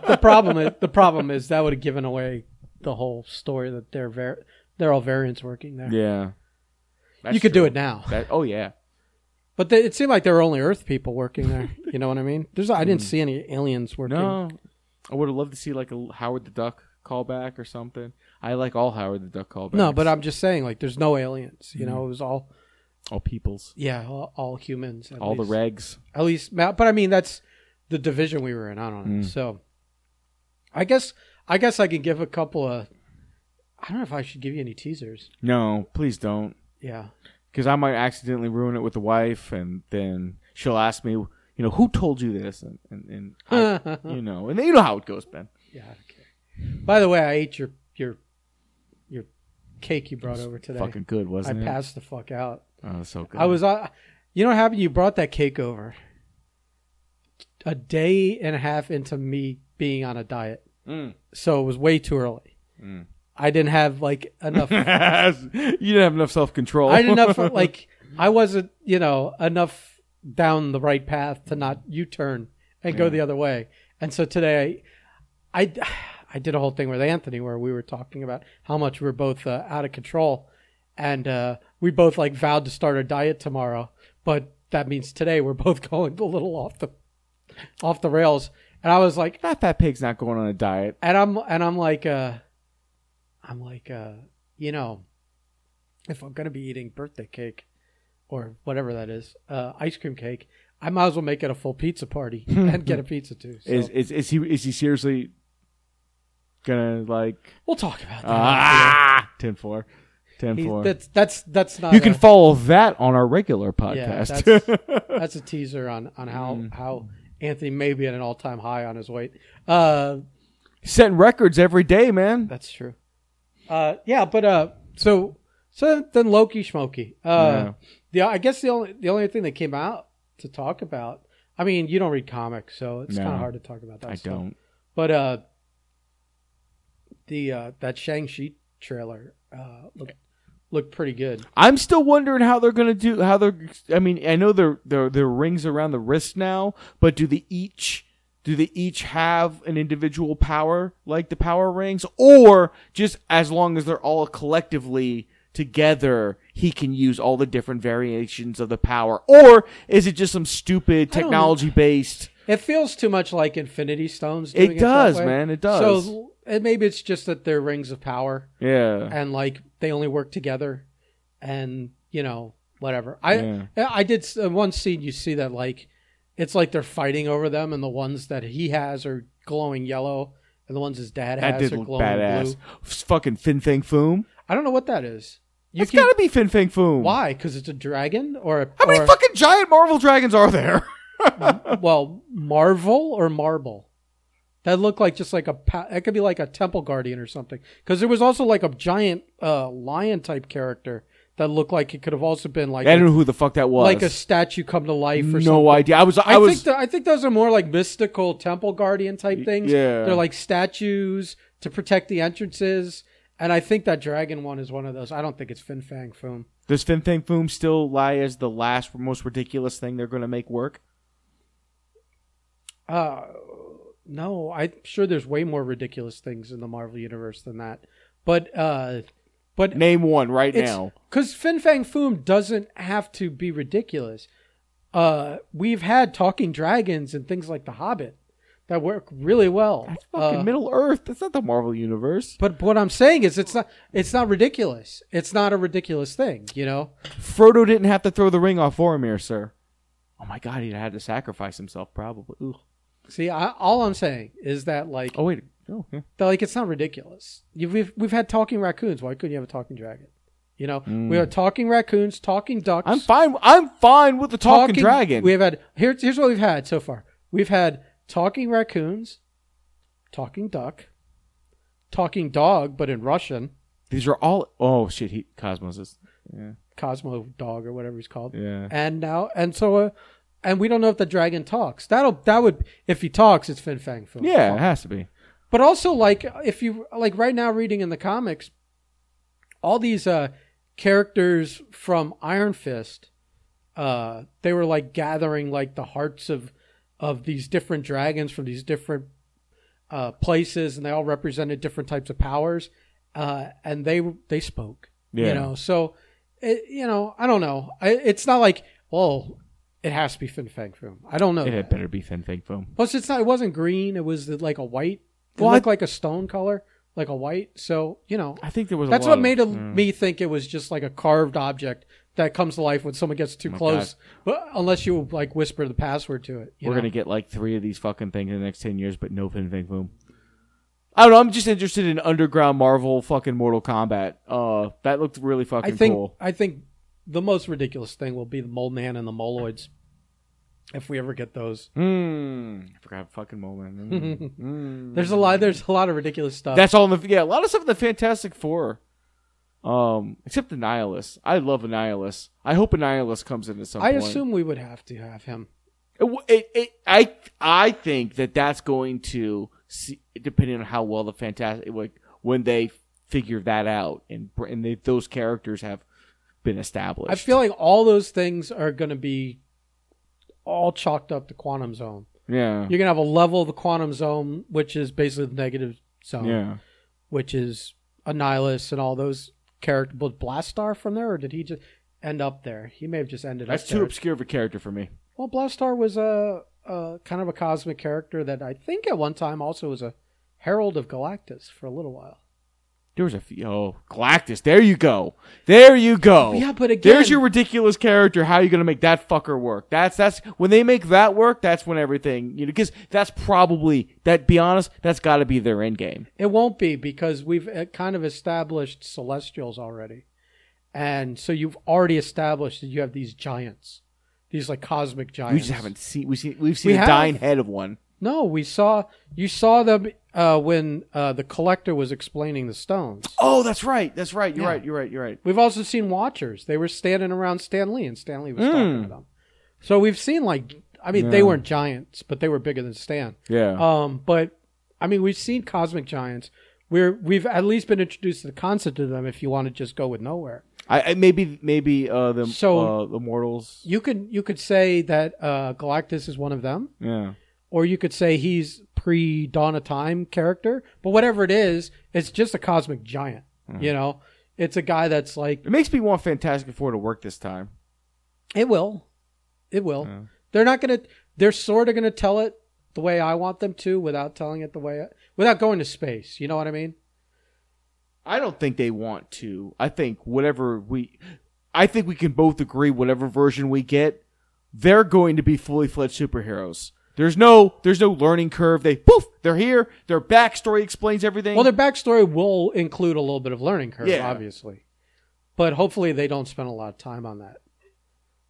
S1: the problem is the problem is that would have given away the whole story that they're var- they're all variants working there.
S2: yeah,
S1: you could do it now,
S2: That, oh yeah,
S1: but they, it seemed like there were only Earth people working there. you know what I mean? There's I didn't see any aliens working.
S2: Hmm. no, I would have loved to see like a Howard the Duck callback or something. I like all Howard the Duck callbacks.
S1: No, but I'm just saying like there's no aliens. You
S2: Hmm.
S1: know, it was all
S2: all peoples,
S1: yeah, all, all humans. At
S2: all
S1: least.
S2: the regs.
S1: at least ma- but i mean that's the division we were in i don't
S2: Hmm.
S1: know so i guess i guess i can give a couple of i don't know if i should give you any teasers
S2: No, please don't,
S1: yeah
S2: because I might accidentally ruin it with the wife, and then she'll ask me, you know, who told you this, and and, and I,
S1: Uh-huh.
S2: you know, and you know how it goes, Ben.
S1: yeah okay by the way i ate your your your cake you brought over today
S2: Fucking good,
S1: i
S2: wasn't it?
S1: passed the fuck out
S2: Oh, so good.
S1: i was uh, you know what happened you brought that cake over a day and a half into me being on a diet
S2: Mm.
S1: so it was way too early i didn't have like enough
S2: you didn't have enough self control.
S1: I didn't enough like I wasn't, you know, enough down the right path to not U turn and go the other way. And so today, I, I, I did a whole thing with Anthony where we were talking about how much we were both uh, out of control, and uh, we both like vowed to start a diet tomorrow. But that means today we're both going a little off the off the rails. And I was like,
S2: That fat pig's not going on a diet.
S1: and I'm and I'm like uh I'm like uh you know if I'm gonna be eating birthday cake or whatever that is uh ice cream cake I might as well make it a full pizza party and get a pizza too so
S2: Is, is is he is he seriously gonna like
S1: we'll talk about that after.
S2: ah 10 4 10
S1: He's-
S2: 4
S1: that's that's that's not
S2: you
S1: a-
S2: can follow that on our regular
S1: yeah
S2: podcast
S1: that's that's a teaser on on how
S2: Mm.
S1: how Anthony may be at an all time high on his weight uh
S2: setting records every day man
S1: that's true Uh, yeah, but uh, so so then Loki Schmokey. Uh, The I guess the only the only thing that came out to talk about. I mean, you don't read comics, so it's
S2: No.
S1: kind of hard to talk about that.
S2: I
S1: stuff.
S2: don't.
S1: But uh, the uh, that Shang Chi trailer uh, looked looked pretty good.
S2: I'm still wondering how they're gonna do how they're. I mean, I know they're they're, they're rings around the wrist now, but do they each do they each have an individual power like the power rings, or just as long as they're all collectively together, he can use all the different variations of the power, or is it just some stupid
S1: I don't know.
S2: technology based?
S1: It feels too much like Infinity Stones.
S2: It
S1: Doing it, that
S2: does,
S1: way.
S2: man. It does.
S1: So it, maybe it's just that they're rings of power
S2: yeah,
S1: and like they only work together, and you know whatever. I
S2: Yeah.
S1: I did s- uh, one scene you see that like it's like they're fighting over them, and the ones that he has are glowing yellow, and the ones his dad
S2: that
S1: has
S2: did
S1: are
S2: look
S1: glowing
S2: badass.
S1: blue.
S2: Fucking Fin Fang Foom.
S1: I don't know what that is. You
S2: It's
S1: can
S2: gotta be Fin Fang Foom.
S1: why? Because it's a dragon or a
S2: How many
S1: or-
S2: fucking giant Marvel dragons are there?
S1: well Marvel or marble. That looked like just like a pa- that could be like a temple guardian or something. Because there was also like a giant uh, lion type character that looked like it could have also been like
S2: I don't know who the fuck that was.
S1: like a statue come to life or
S2: no
S1: something.
S2: idea. I was. I,
S1: I,
S2: was.
S1: think th- I think those are more like mystical temple guardian type things.
S2: yeah.
S1: they're like statues to protect the entrances. And I think that dragon one is one of those. I don't think it's Fin Fang Foom.
S2: Does Fin Fang Foom still lie as the last most ridiculous thing they're going to make work?
S1: Uh, no, I'm sure there's way more ridiculous things in the Marvel universe than that. But uh, but
S2: Name one right
S1: it's
S2: now.
S1: because Fin Fang Foom doesn't have to be ridiculous. Uh, we've had talking dragons and things like The Hobbit that work really well.
S2: That's fucking
S1: Uh,
S2: Middle Earth. That's not the Marvel universe.
S1: but what I'm saying is, it's not it's not ridiculous. It's not a ridiculous thing, you know.
S2: Frodo didn't have to throw the ring off Boromir, sir. Oh my god, he had to sacrifice himself probably. Ooh.
S1: See, I, all I'm saying is that like
S2: Oh wait. Oh, yeah.
S1: They're like it's not ridiculous. You- We've we've had talking raccoons. Why couldn't you have a talking dragon? You know, we have talking raccoons, talking ducks.
S2: Mm. I'm fine. I'm fine with the talking, dragon.
S1: We have had here, here's what we've had so far. We've had talking raccoons, talking duck, talking dog, but in Russian,
S2: These are all. Oh shit. He Cosmos is. Yeah.
S1: Cosmo dog or whatever he's called.
S2: Yeah.
S1: And now and so, uh, and we don't know if the dragon talks. That'll that would if he talks, it's Fin Fang Foom.
S2: Yeah. It has to be.
S1: But also, like, if you like right now reading in the comics, all these uh, characters from Iron Fist, uh, they were like gathering like the hearts of of these different dragons from these different uh, places, and they all represented different types of powers, uh, and they they spoke.
S2: Yeah.
S1: You know, so it, you know, I don't know. I, it's not like well, it has to be Fin Fang Foom. I don't know.
S2: It had
S1: that.
S2: better be Fin Fang Foom.
S1: Plus, it's not. It wasn't green. It was like a white. It
S2: Well, I-
S1: looked like a stone color, like a white. So you know,
S2: I think there was.
S1: that's
S2: a lot
S1: what
S2: of-
S1: made it-
S2: yeah.
S1: me think it was just like a carved object that comes to life when someone gets too
S2: Oh my
S1: close. But unless you like whisper the password to it, you
S2: We're
S1: know?
S2: gonna get like three of these fucking things in the next ten years, but no Fin Fang Foom. I don't know. I'm just interested in underground Marvel fucking Mortal Kombat. Uh, that looked really fucking
S1: I think.
S2: cool.
S1: I think the most ridiculous thing will be the mole man and the moloids, if we ever get those.
S2: Hmm. I forgot fucking moment. Mm. Mm.
S1: There's a lot. There's a lot of ridiculous stuff.
S2: That's all in the yeah. A lot of stuff in the Fantastic Four. Um, except the Nihilus. I love Nihilus. I hope Nihilus comes into some.
S1: I
S2: point.
S1: assume we would have to have him.
S2: It, w- it, it, I I think that that's going to see, depending on how well the fantastic like when they figure that out and br- and they, those characters have been established.
S1: I feel like all those things are going to be all chalked up to quantum zone.
S2: yeah
S1: You're gonna have a level of the quantum zone, which is basically the negative zone,
S2: yeah.
S1: which is Annihilus and all those characters. Was Blastar from there, or did he just end up there? He may have just ended
S2: That's
S1: up
S2: too
S1: there.
S2: obscure of a character for me.
S1: Well, Blastar was a, a kind of a cosmic character that I think at one time also was a herald of Galactus for a little while.
S2: There was a few, oh Galactus. There you go. There you go.
S1: Yeah, but again,
S2: Oh. There's your ridiculous character. How are you going to make that fucker work? That's that's when they make that work. That's when everything you know because that's probably that. Be honest, that's got to be their end game.
S1: It won't be because we've uh, kind of established celestials already. And so you've already established that you have these giants, these like cosmic giants.
S2: We just haven't seen we see we've seen
S1: We
S2: a
S1: have.
S2: dying head of one.
S1: No, we saw you saw them uh, when uh, the collector was explaining the stones.
S2: Oh, that's right. That's right. You're
S1: Yeah.
S2: right. You're right. You're right.
S1: We've also seen Watchers. They were standing around Stan Lee, and Stan Lee was talking to them. So we've seen like, I mean, they
S2: Hmm. Yeah.
S1: weren't giants, but they were bigger than Stan.
S2: Yeah.
S1: Um, but I mean, we've seen cosmic giants. We're we've at least been introduced to the concept of them. If you want to just go with nowhere,
S2: I, I maybe maybe uh the
S1: So-
S2: uh, the mortals.
S1: you could you could say that uh, Galactus is one of them,
S2: Yeah.
S1: or you could say he's pre Dawn of Time character. But whatever it is, it's just a cosmic giant.
S2: Mm-hmm.
S1: You know, it's a guy that's like
S2: It makes me want Fantastic Four to work this time.
S1: It will. It will.
S2: Yeah.
S1: They're not going to. They're sort of going to tell it the way I want them to, without telling it the way, I, without going to space. You know what I mean?
S2: I don't think they want to. I think whatever we, I think we can both agree whatever version we get, they're going to be fully fledged superheroes. There's no, there's no learning curve. They poof, they're here. Their backstory explains everything.
S1: Well, their backstory will include a little bit of learning curve,
S2: Yeah.
S1: obviously, but hopefully they don't spend a lot of time on that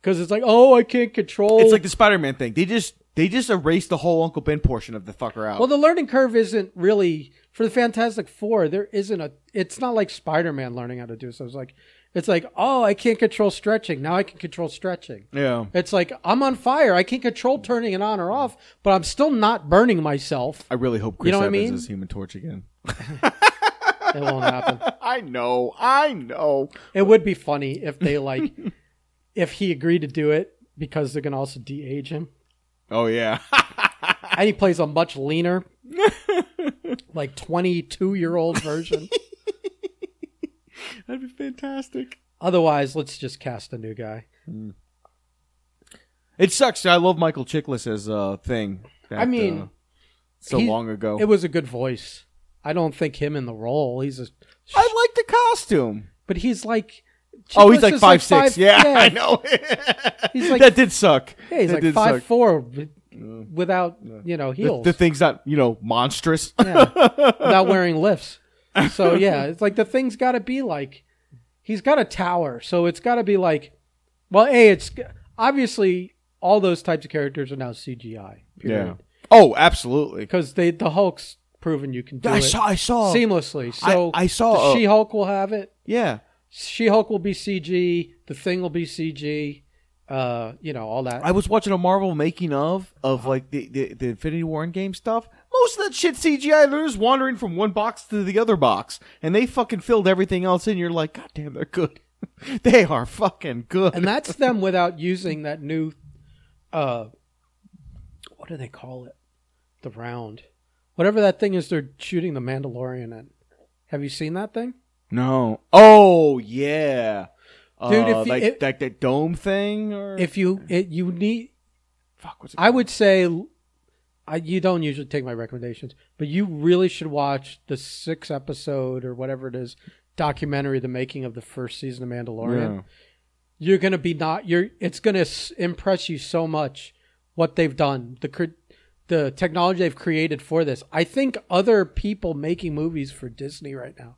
S1: because it's like, oh, I can't control.
S2: it's like the Spider-Man thing. They just, they just erased the whole Uncle Ben portion of the fucker out.
S1: well, the learning curve isn't really for the Fantastic Four. There isn't a. It's not like Spider-Man learning how to do so. It's like, it's like, oh, I can't control stretching. Now I can control stretching.
S2: yeah.
S1: It's like I'm on fire. I can't control turning it on or off, but I'm still not burning myself.
S2: I really hope Chris
S1: You know what I
S2: Evans
S1: mean?
S2: is Human Torch again.
S1: It won't happen.
S2: I know, I know.
S1: It would be funny if they like if he agreed to do it because they're gonna also de-age him,
S2: Oh yeah,
S1: and he plays a much leaner, like 22 year old version.
S2: that'd be fantastic.
S1: Otherwise, let's just cast a new guy.
S2: It sucks. I love Michael Chiklis as a uh, thing. That,
S1: I mean,
S2: uh, so
S1: he-
S2: long ago.
S1: It was a good voice. I don't think him in the role. He's a,
S2: I like the costume.
S1: but he's like.
S2: oh, he's
S1: Chiklis
S2: like
S1: is
S2: five six. yeah, I
S1: yeah,
S2: know.
S1: He's like-
S2: that did suck.
S1: yeah, he's
S2: That
S1: like
S2: did
S1: five
S2: suck.
S1: four, without you know
S2: The,
S1: heels.
S2: the thing's not you know monstrous.
S1: yeah, without wearing lifts. So yeah, it's like the thing's got to be like he's got a tower, so it's got to be like, well, a it's obviously all those types of characters are now CGI.
S2: yeah.
S1: Period.
S2: Oh, absolutely.
S1: because they the Hulk's proven you can do
S2: I
S1: it
S2: saw. I saw.
S1: seamlessly. So
S2: I saw a-
S1: She Hulk will have it.
S2: yeah.
S1: She Hulk will be CG. The Thing will be CG. Uh, you know all that.
S2: I was watching a Marvel making of of like the, the, the Infinity War and game stuff. Most of that shit CGI. They're just wandering from one box to the other box, and they fucking filled everything else in. You're like, God damn, they're good. they are fucking good.
S1: and that's them without using that new uh what do they call it the round whatever that thing is they're shooting the mandalorian in have you seen that thing
S2: no. Oh yeah,
S1: Dude,
S2: Uh,
S1: if you-
S2: like
S1: if-
S2: like that dome thing, or
S1: if you it, you need
S2: fuck, what's it
S1: i would say I, you don't usually take my recommendations but you really should watch the six episode or whatever it is documentary the making of the first season of mandalorian
S2: Yeah.
S1: you're gonna be not you're it's gonna s- impress you so much what they've done the cre- the technology they've created for this i think other people making movies for disney right now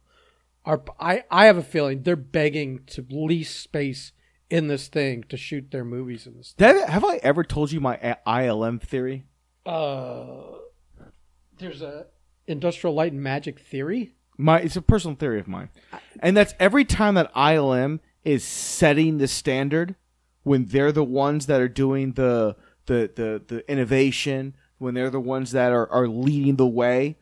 S1: are i i have a feeling they're begging to lease space in this thing to shoot their movies in this
S2: Did I- have I ever told you my I- ILM theory?
S1: uh there's a industrial light and magic theory
S2: My it's a personal theory of mine, and that's every time that ILM is setting the standard, when they're the ones that are doing the the the, the innovation, when they're the ones that are, are leading the way,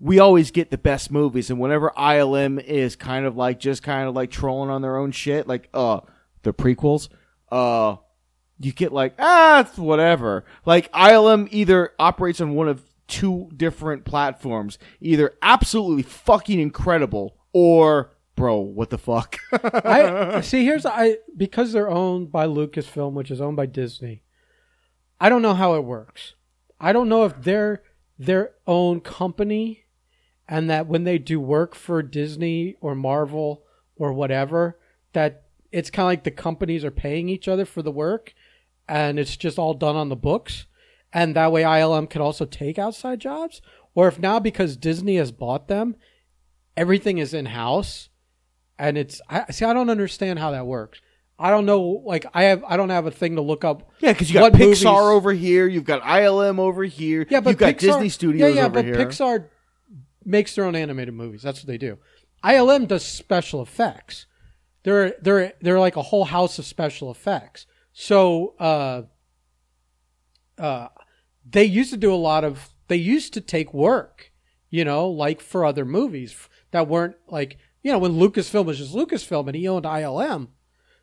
S2: we always get the best movies. And whenever ILM is kind of like just kind of like trolling on their own shit, like uh the prequels, uh you get like ah it's whatever like ilm either operates on one of two different platforms either absolutely fucking incredible or bro what the fuck
S1: I see. Here's I because they're owned by Lucasfilm, which is owned by Disney. I don't know how it works. I don't know if they're their own company, and that when they do work for Disney or Marvel or whatever, that it's kind of like the companies are paying each other for the work, and it's just all done on the books, and that way ILM could also take outside jobs. Or if now because Disney has bought them, everything is in house and it's I see I don't understand how that works. I don't know. Like I have, I don't have a thing to look up.
S2: Yeah, because you got
S1: what
S2: Pixar
S1: movies-
S2: over here, you've got ILM over here,
S1: Yeah, but
S2: you've got
S1: Pixar,
S2: Disney Studios
S1: Yeah, yeah,
S2: over
S1: but
S2: here.
S1: Pixar makes their own animated movies. That's what they do. ILM does special effects. They're they're they're like a whole house of special effects. So uh, uh, they used to do a lot of. They used to take work, you know, like for other movies f- that weren't like you know when Lucasfilm was just Lucasfilm and he owned ILM,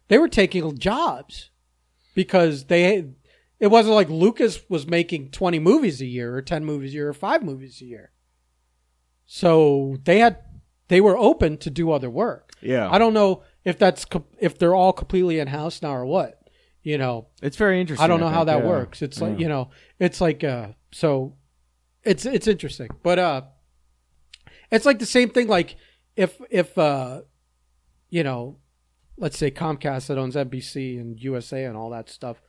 S1: they were taking jobs because they it wasn't like Lucas was making 20 movies a year or 10 movies a year or 5 movies a year. So they had they were open to do other work.
S2: Yeah,
S1: I don't know if that's co- if they're all completely in house now or what. You know,
S2: it's very interesting.
S1: I don't know how
S2: think,
S1: that
S2: yeah.
S1: works. It's like,
S2: Yeah.
S1: you know, it's like uh so it's it's interesting. But uh it's like the same thing like if if uh you know, let's say Comcast that owns NBC and USA and all that stuff,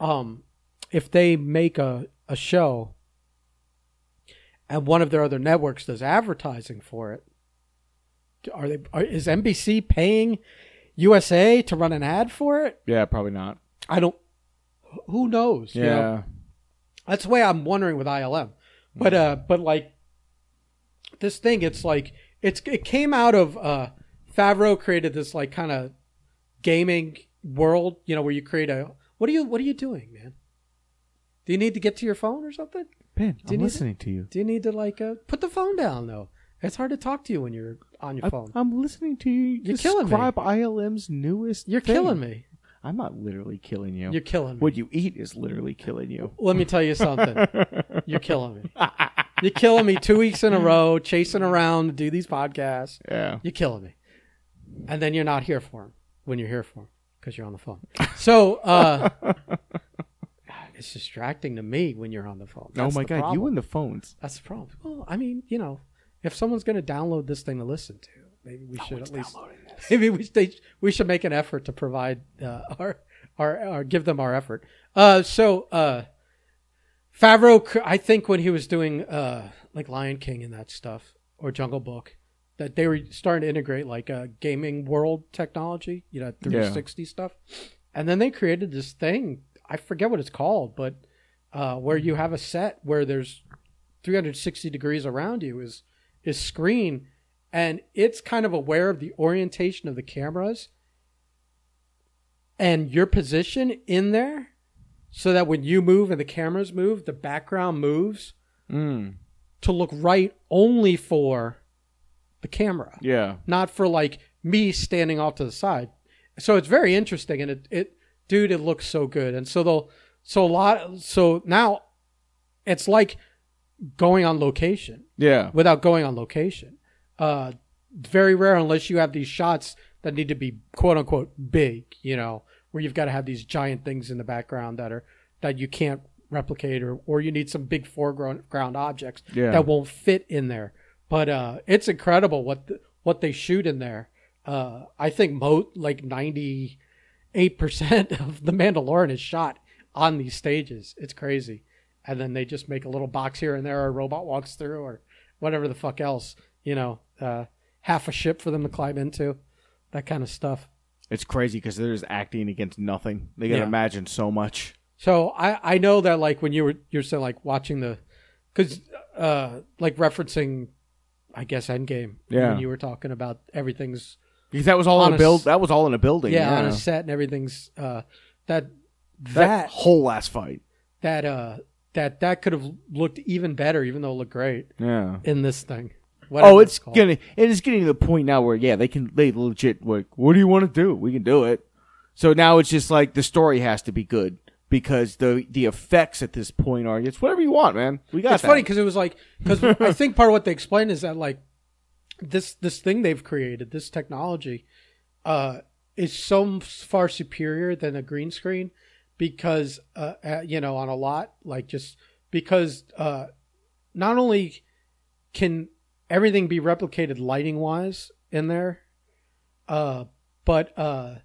S1: um if they make a a show and one of their other networks does advertising for it, are they are, is NBC paying USA to run an ad for it?
S2: Yeah, probably not.
S1: I don't. Who knows?
S2: Yeah,
S1: you know? that's the way I'm wondering with ILM. But uh, but like this thing, it's like it's it came out of uh, Favreau created this like kind of gaming world, you know, where you create a what are you what are you doing, man? Do you need to get to your phone or something?
S2: Ben,
S1: Do you need it?
S2: to you.
S1: Do you need to like uh, put the phone down though? It's hard to talk to you when you're on your
S2: I-
S1: phone.
S2: I'm listening to you.
S1: You're killing me.
S2: describe ILM's newest.
S1: You're
S2: thing.
S1: killing me.
S2: I'm not literally killing you.
S1: You're killing me.
S2: What you eat is literally killing you.
S1: Let me tell you something. You're killing me. You're killing me two weeks in a row, chasing around to do these podcasts.
S2: Yeah. Oh
S1: You're killing me. And then you're not here for him when you're here for him because you're on the phone. So uh, it's distracting to me when you're on the phone. That's
S2: oh my
S1: the
S2: god,
S1: problem.
S2: you and the phones.
S1: That's the problem. Well, I mean, you know, if someone's going to download this thing to listen to, maybe we should at least maybe we they, we should make an effort to provide uh, our, our our give them our effort. Uh, so uh, Favreau, cr- I think when he was doing uh, like Lion King and that stuff or Jungle Book, that they were starting to integrate like uh, gaming world technology, you know, 360 stuff, and then they created this thing. I forget what it's called, but uh, where you have a set where there's 360 degrees around you is is screen and it's kind of aware of the orientation of the cameras and your position in there so that when you move and the cameras move the background moves
S2: Mm.
S1: to look right only for the camera
S2: Yeah.
S1: not for like me standing off to the side. So it's very interesting, and it, it dude, it looks so good. And so they'll so a lot so now it's like going on location
S2: Yeah.
S1: without going on location. Uh, very rare unless you have these shots that need to be quote unquote big, you know, where you've got to have these giant things in the background that are that you can't replicate or or you need some big foreground ground objects
S2: Yeah.
S1: that won't fit in there. But uh, it's incredible what the, what they shoot in there. Uh, I think mo like ninety eight percent of the Mandalorian is shot on these stages. It's crazy, and then they just make a little box here and there, or a robot walks through, or whatever the fuck else. You know, uh, half a ship for them to climb into, that kind of stuff.
S2: It's crazy because they're just acting against nothing. They can
S1: Yeah.
S2: imagine so much.
S1: So I, I know that like when you were you're saying like watching the, because uh like referencing, I guess Endgame.
S2: Yeah.
S1: When you were talking about everything's
S2: Because that was all
S1: On
S2: in
S1: a
S2: a build.
S1: s-
S2: That was all in a building.
S1: yeah,
S2: Yeah.
S1: on a set and everything's uh that
S2: that
S1: that
S2: whole last fight.
S1: that uh that that could have looked even better, even though it looked great
S2: Yeah.
S1: in this thing. Whatever
S2: Oh, it's
S1: called.
S2: gonna. It is getting to the point now where yeah, they can. They legit like, what do you want to do? We can do it. So now it's just like the story has to be good because the the effects at this point are it's whatever you want, man. We got
S1: It's funny because it was like because I think part of what they explained is that like this this thing they've created, this technology, uh, is so m- far superior than a green screen because uh, uh, you know on a lot like just because uh, not only can everything be replicated lighting wise in there, uh, but uh,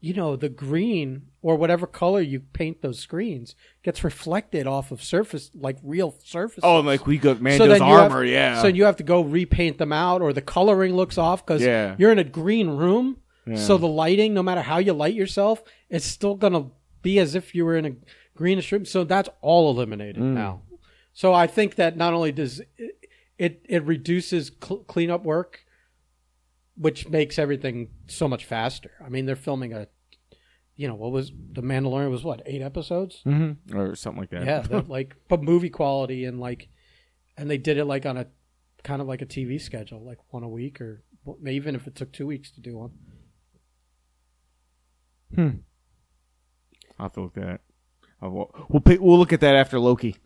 S1: you know the green or whatever color you paint those screens gets reflected off of surface like real surfaces.
S2: Oh, and, like we got Mando's
S1: then you have-
S2: armor. yeah.
S1: So you have to go repaint them out, or the coloring looks off because
S2: Yeah.
S1: you're in a green room. So the lighting, no matter how you light yourself, it's still gonna be as if you were in a greenish room. So that's all eliminated
S2: Mm.
S1: now. So I think that not only does it it, it reduces cl- cleanup work, which makes everything so much faster. I mean, they're filming a, you know, what was the Mandalorian was what eight episodes?
S2: Mm-hmm. Or something like that.
S1: Yeah, they're, like but movie quality and like, and they did it like on a kind of like a TV schedule, like one a week or well, even if it took two weeks to do one.
S2: I'll have to look at that. I'll- We'll, we'll, pick, we'll look at that after Loki.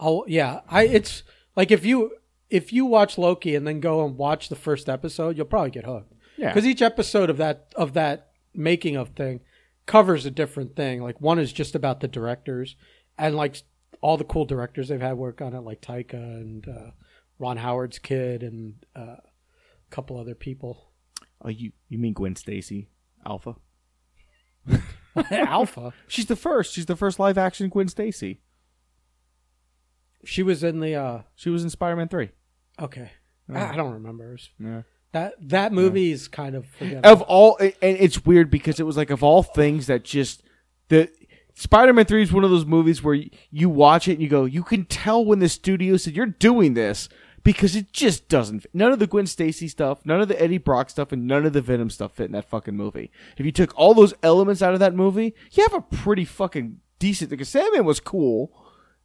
S1: Oh yeah, I it's like if you if you watch Loki and then go and watch the first episode, you'll probably get hooked.
S2: Yeah.
S1: because each episode of that of that making of thing covers a different thing. Like one is just about the directors and like all the cool directors they've had work on it, like Taika and uh, Ron Howard's kid and uh, a couple other people.
S2: Oh, you, you mean Gwen Stacy, Alpha?
S1: Alpha,
S2: She's the first. She's the first live action Gwen Stacy.
S1: she was in the uh,
S2: She was in Spider Man 3.
S1: okay. I I don't remember. It was-
S2: Yeah.
S1: That that movie is kind of forgettable.
S2: Of all, and it's weird because it was like of all things that just the Spider Man Three is one of those movies where you, you watch it and you go, you can tell when the studio said you're doing this because it just doesn't. Fit. None of the Gwen Stacy stuff, none of the Eddie Brock stuff, and none of the Venom stuff fit in that fucking movie. If you took all those elements out of that movie, you have a pretty fucking decent. Because Sandman was cool,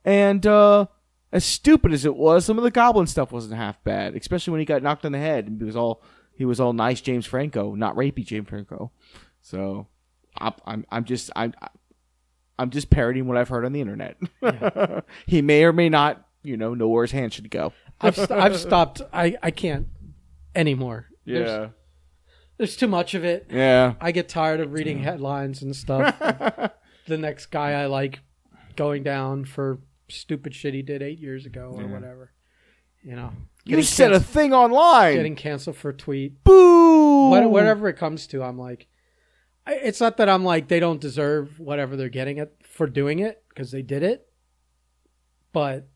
S2: and uh as stupid as it was, some of the goblin stuff wasn't half bad, especially when he got knocked on the head and he was all he was all nice James Franco, not rapey James Franco. So I, I'm I'm just I'm I'm just parodying what I've heard on the internet. he may or may not, you know, know where his hand should go.
S1: I've st- I've stopped. I I can't anymore. There's, there's too much of it.
S2: yeah.
S1: I get tired of reading headlines and stuff. the next guy I like going down for stupid shit he did eight years ago or whatever. You know,
S2: You said a
S1: canceled,
S2: thing online.
S1: getting canceled for a tweet.
S2: Boo.
S1: What, whatever it comes to, I'm like, I- it's not that I'm like they don't deserve whatever they're getting it for doing it because they did it, but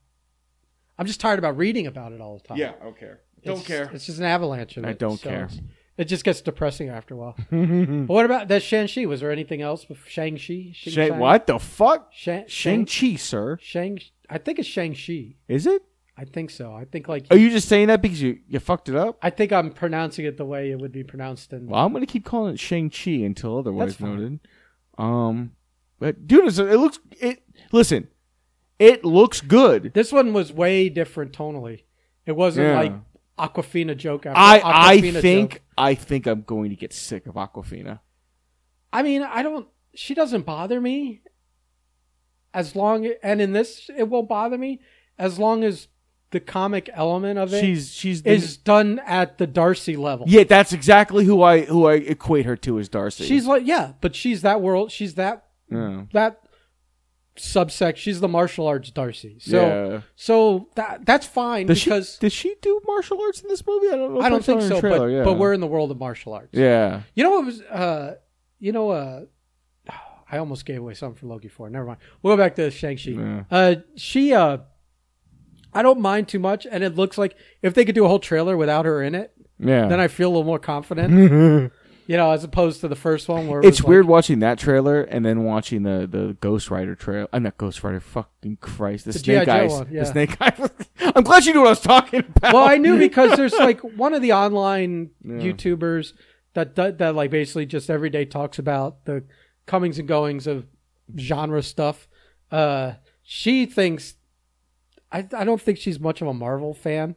S1: I'm just tired about reading about it all the time.
S2: I don't care.
S1: It's- It's just an avalanche of
S2: I
S1: it,
S2: don't care.
S1: it's- It just gets depressing after a while. but what about that Shang-Chi? Was there anything else? bef- Shang-Chi? Shang-
S2: Shang-
S1: Shang-
S2: what the fuck?
S1: Shang-
S2: Shang
S1: Shang-
S2: Chi, sir.
S1: Shang- I think it's Shang-Chi.
S2: Is it?
S1: I think so. I think like,
S2: Are you just saying that because you, you fucked it up?
S1: I think I'm pronouncing it the way it would be pronounced in.
S2: Well, I'm going to keep calling it Shang Chi until
S1: That's
S2: otherwise
S1: fine.
S2: noted. Um, but dude, it's, it looks it. Listen, it looks good.
S1: This one was way different tonally. It wasn't
S2: Yeah.
S1: like Aquafina joke after
S2: I I
S1: Aquafina
S2: think
S1: joke.
S2: I think I'm going to get sick of Aquafina.
S1: I mean, I don't. She doesn't bother me. As long and in this, it won't bother me as long as the comic element of it
S2: She's she's the,
S1: is done at the Darcy level.
S2: yeah. That's exactly who I who I equate her to is Darcy.
S1: She's like yeah, but she's that world. She's that
S2: yeah.
S1: that subsect. She's the martial arts Darcy. So
S2: Yeah.
S1: so that that's fine
S2: Does
S1: because
S2: she did she do martial arts in this movie? I don't know. if
S1: I don't
S2: saw
S1: think
S2: her in the
S1: so. but
S2: trailer, yeah.
S1: but we're in the world of martial arts.
S2: yeah.
S1: You know what was uh you know uh I almost gave away something for Loki 4. Never mind. We'll go back to Shang-Chi.
S2: Yeah.
S1: Uh she uh I don't mind too much and it looks like if they could do a whole trailer without her in it,
S2: Yeah. Mm-hmm.
S1: then I feel a little more confident. you know, as opposed to the first one where it
S2: It's
S1: was like-
S2: weird watching that trailer and then watching the the Ghost Rider trail. I'm not Ghost Rider. Fucking Christ, the,
S1: G.I.
S2: Snake
S1: Joe
S2: Eyes.
S1: one, yeah.
S2: The Snake Eyes. I'm glad you knew what I was talking about.
S1: well, I knew because there's like one of the online YouTubers that, that that like basically just every day talks about the comings and goings of genre stuff. Uh, she thinks I I don't think she's much of a Marvel fan.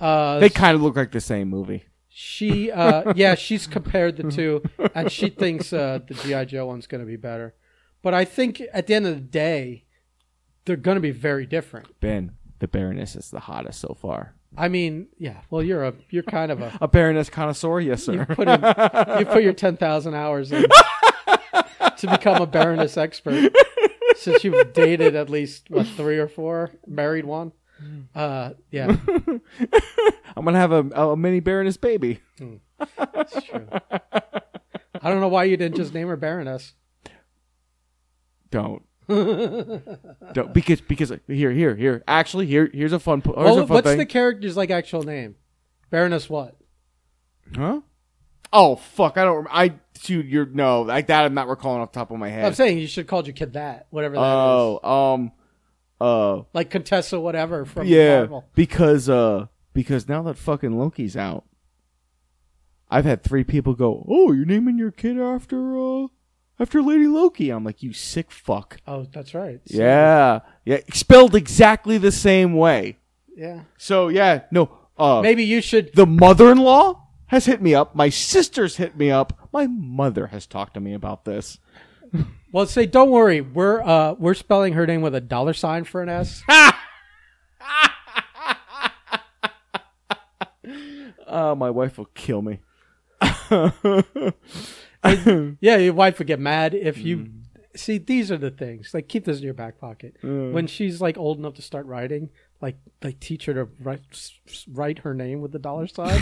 S1: Uh,
S2: they kind of look like the same movie.
S1: she uh, yeah she's compared the two and she thinks uh, the GI Joe one's going to be better, but I think at the end of the day they're going to be very different.
S2: Ben, the Baroness is the hottest so far.
S1: I mean, yeah. Well, you're a you're kind of a
S2: A Baroness connoisseur, yes sir.
S1: put in, you put your 10,000 hours in to become a Baroness expert since you've dated at least what three or four married one
S2: Hmm.
S1: uh yeah
S2: I'm gonna have a, a mini Baroness baby.
S1: that's true i don't know why you didn't just name her baroness
S2: Don't.
S1: Uh-uh.
S2: Don't because because here here here actually here here's a fun po- here's
S1: Well,
S2: a fun
S1: what's
S2: thing
S1: the character's like actual name baroness what
S2: huh Oh fuck! I don't. rem- I dude, you're no like that. I'm not recalling off the top of my
S1: I'm
S2: head.
S1: saying you should call your kid that, whatever that is.
S2: Oh, um, uh,
S1: Like Contessa, whatever from
S2: yeah,
S1: Marvel.
S2: because uh, because now that fucking Loki's out, I've had three people go, "Oh, you're naming your kid after uh, after Lady Loki." I'm like, "You sick fuck."
S1: Oh, that's right. So,
S2: Yeah, yeah, spelled exactly the same way.
S1: yeah.
S2: So yeah, no, uh,
S1: Maybe you should.
S2: the mother-in-law has hit me up. My sister's hit me up. My mother has talked to me about this.
S1: Well, say, don't worry. We're uh, we're spelling her name with a dollar sign for an S.
S2: Uh, my wife will kill me.
S1: yeah, your wife would get mad if you.
S2: Mm.
S1: See, these are the things. Like, keep this in your back pocket.
S2: Mm.
S1: When she's like old enough to start writing, like, like teach her to write s- s- write her name with the dollar sign,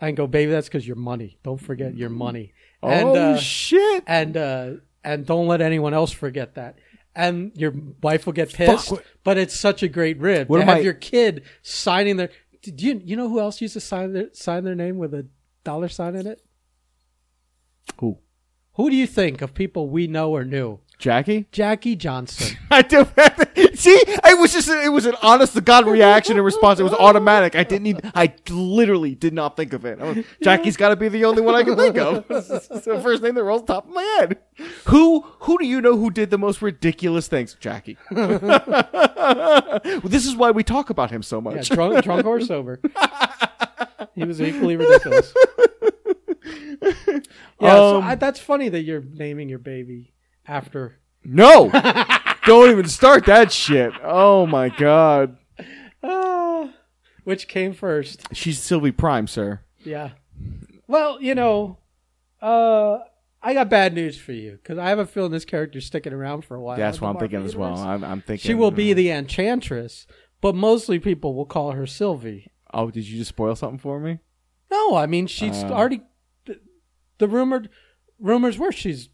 S1: and go, baby, that's because your money. Don't forget your money. And,
S2: Mm. oh
S1: uh,
S2: shit!
S1: and uh, and don't let anyone else forget that. And your wife will get pissed,
S2: what-
S1: but it's such a great rib
S2: What
S1: to
S2: am
S1: have
S2: I-
S1: your kid signing their. Did you you know who else used to sign their sign their name with a dollar sign in it?
S2: Who?
S1: Who do you think of people we know or knew?
S2: Jackie?
S1: Jackie Johnson.
S2: I do. See, it was just it was an honest to god reaction and response. It was automatic. I didn't even. I literally did not think of it. I was- Jackie's got to be the only one I can think of. It's the first name that rolls top of my head. Who who do you know who did the most ridiculous things? Jackie. this is why we talk about him so
S1: Yeah,
S2: much.
S1: drunk, drunk or sober. He was equally ridiculous. Yeah, so
S2: Um,
S1: I, that's funny that you're naming your baby after.
S2: No, don't even start that shit. Oh my god,
S1: Ah, which came first?
S2: she's Sylvie Prime, sir.
S1: Yeah. Well, you know, uh, I got bad news for you because I have a feeling this character's sticking around for a while.
S2: That's
S1: in
S2: what
S1: the
S2: I'm thinking
S1: Marvel
S2: as well.
S1: Universe.
S2: I'm, I'm thinking uh,
S1: She will be the enchantress, but mostly people will call her Sylvie.
S2: Oh, did you just spoil something for me?
S1: No, I mean she's
S2: Uh.
S1: already. The, the rumored rumors were she's.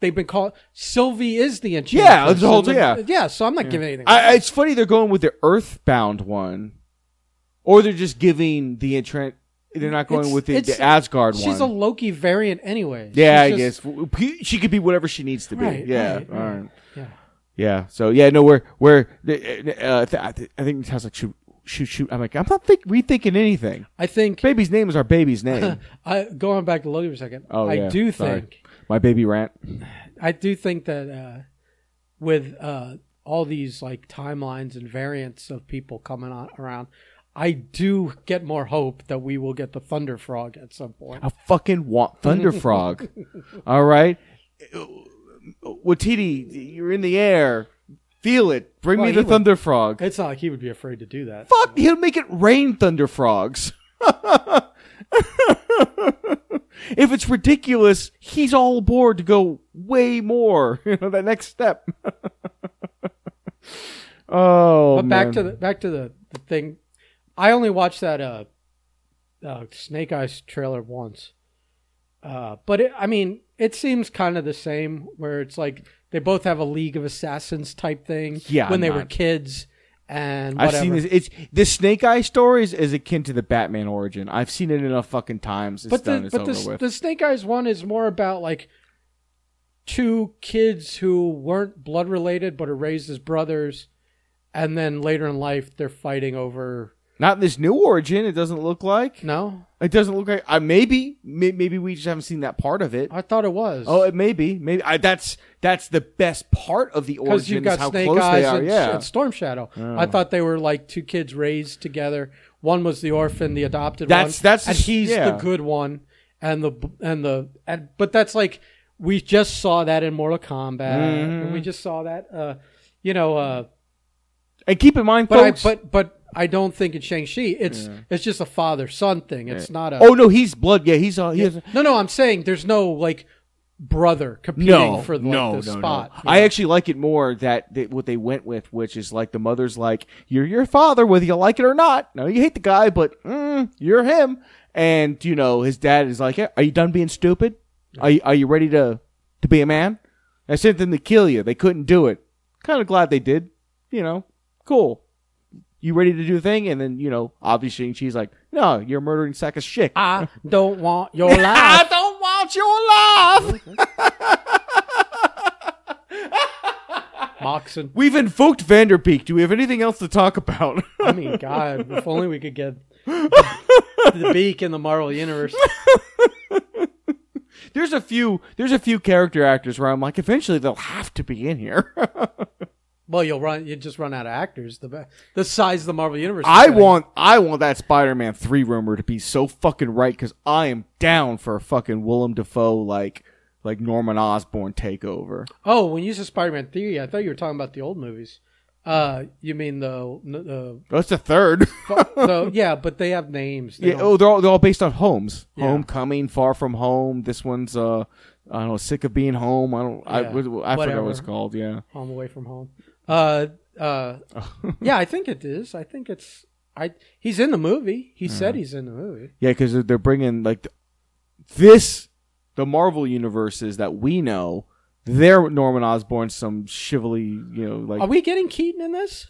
S1: They've been called Sylvie is the enchantress.
S2: it's the whole-
S1: and
S2: yeah.
S1: yeah. So I'm not giving anything.
S2: I, I- it's funny they're going with the Earthbound one, or they're just giving the entrant. They're not going
S1: It's-
S2: with the,
S1: it's-
S2: the Asgard
S1: She's a
S2: one.
S1: Loki variant anyway.
S2: yeah, I
S1: She's just-
S2: guess P- she could be whatever she needs to be.
S1: Right,
S2: yeah,
S1: right,
S2: all
S1: right.
S2: right.
S1: Yeah.
S2: yeah. So yeah, no, we're we're. Uh, th- I th- I think Natasha's like shoot, shoot, shoot. I'm like, I'm not think- rethinking anything.
S1: I think
S2: Baby's name is our baby's name.
S1: I, going back to Loki for a second.
S2: Oh,
S1: I
S2: yeah.
S1: do
S2: Sorry.
S1: think
S2: My baby rant.
S1: I do think that uh, with uh, all these like timelines and variants of people coming on around, I do get more hope that we will get the Thunder Frog at some point.
S2: I fucking want Thunder Frog. All right, Watiti, you're in the air. Feel it. Bring
S1: Well,
S2: me
S1: he
S2: the
S1: would-
S2: Thunder Frog.
S1: It's not like he would be afraid to do that.
S2: Fuck, he'll make it rain thunder frogs. if it's ridiculous, he's all aboard to go way more. You know that next step. oh,
S1: But back
S2: man.
S1: to the back to the, the thing. I only watched that uh, uh, Snake Eyes trailer once, uh, but it, I mean, it seems kind of the same. Where it's like they both have a League of Assassins type thing.
S2: Yeah,
S1: when they
S2: I'm
S1: were
S2: not-
S1: kids, and
S2: I've
S1: whatever.
S2: seen this. It's the Snake Eye stories is akin to the Batman origin. I've seen it enough fucking times. It's
S1: but
S2: done.
S1: the,
S2: it's
S1: but
S2: over
S1: the,
S2: with.
S1: the Snake Eyes one is more about like two kids who weren't blood related but are raised as brothers, and then later in life they're fighting over.
S2: Not in this new origin. It doesn't look like.
S1: No,
S2: It doesn't look like. I maybe may- maybe we just haven't seen that part of it.
S1: I thought it was.
S2: Oh, it may be. Maybe I, that's that's the best part of the
S1: because
S2: origin.
S1: you've
S2: is
S1: got
S2: how
S1: Snake
S2: close
S1: Eyes
S2: they are.
S1: and,
S2: yeah.
S1: and Storm Shadow. I thought they were like two kids raised together. One was the orphan, the adopted
S2: That's-
S1: one.
S2: that's-
S1: and he's
S2: yeah.
S1: the good one, and the and the and but that's like we just saw that in Mortal Kombat. and
S2: Mm-hmm.
S1: We just saw that, uh, you know. Uh,
S2: and keep in mind,
S1: but I,
S2: folks.
S1: but but I don't think in Shang Chi it's it's just a father son thing. It's not a
S2: oh no, he's blood. Yeah, he's all. He has,
S1: no no. I'm saying there's no like brother competing
S2: no,
S1: for like,
S2: no,
S1: the
S2: no, no.
S1: spot. you
S2: I
S1: know?
S2: actually like it more that they, what they went with, which is like the mother's like, "You're your father, whether you like it or not. No, you hate the guy, but mm, you're him." And you know, his dad is like, "Yeah, "Are you done being stupid? Are you, are you ready to to be a man?" I sent them to kill you. They couldn't do it. Kind of glad they did. You know, cool. you ready to do a thing? And then you know, obviously, she's like, no, you're a murdering sack of shit.
S1: I don't want your
S2: I
S1: life.
S2: don't want your love.
S1: Moxon.
S2: We've invoked Vanderpeak. Do we have anything else to talk about?
S1: I mean, God, if only we could get the, the beak in the Marvel universe.
S2: there's a few. There's a few character actors where I'm like, eventually they'll have to be in here.
S1: Well, you'll run. You just run out of actors. The ba- the size of the Marvel universe. is
S2: I
S1: getting-
S2: want. I want that Spider-Man three rumor to be so fucking right because I am down for a fucking Willem Dafoe like like Norman Osborn takeover.
S1: Oh, when you said Spider-Man three, I thought you were talking about the old movies. Uh, you mean the the,
S2: That's the third.
S1: the, the yeah, but they have names. They
S2: Yeah,
S1: don't-
S2: oh, they're all they're all based on homes.
S1: Yeah.
S2: Homecoming, Far From Home. This one's uh, I don't know, sick of being home. I don't. I
S1: Yeah,
S2: I, I forgot
S1: whatever.
S2: what it's called. Yeah.
S1: home away from home. Uh, uh, yeah, I think it is. I think it's. I he's in the movie. He said he's in the movie.
S2: Yeah, because they're, they're bringing like th- this, the Marvel universes that we know. They're Norman Osborn, some chivalry, you know, like
S1: Are we getting Keaton in this?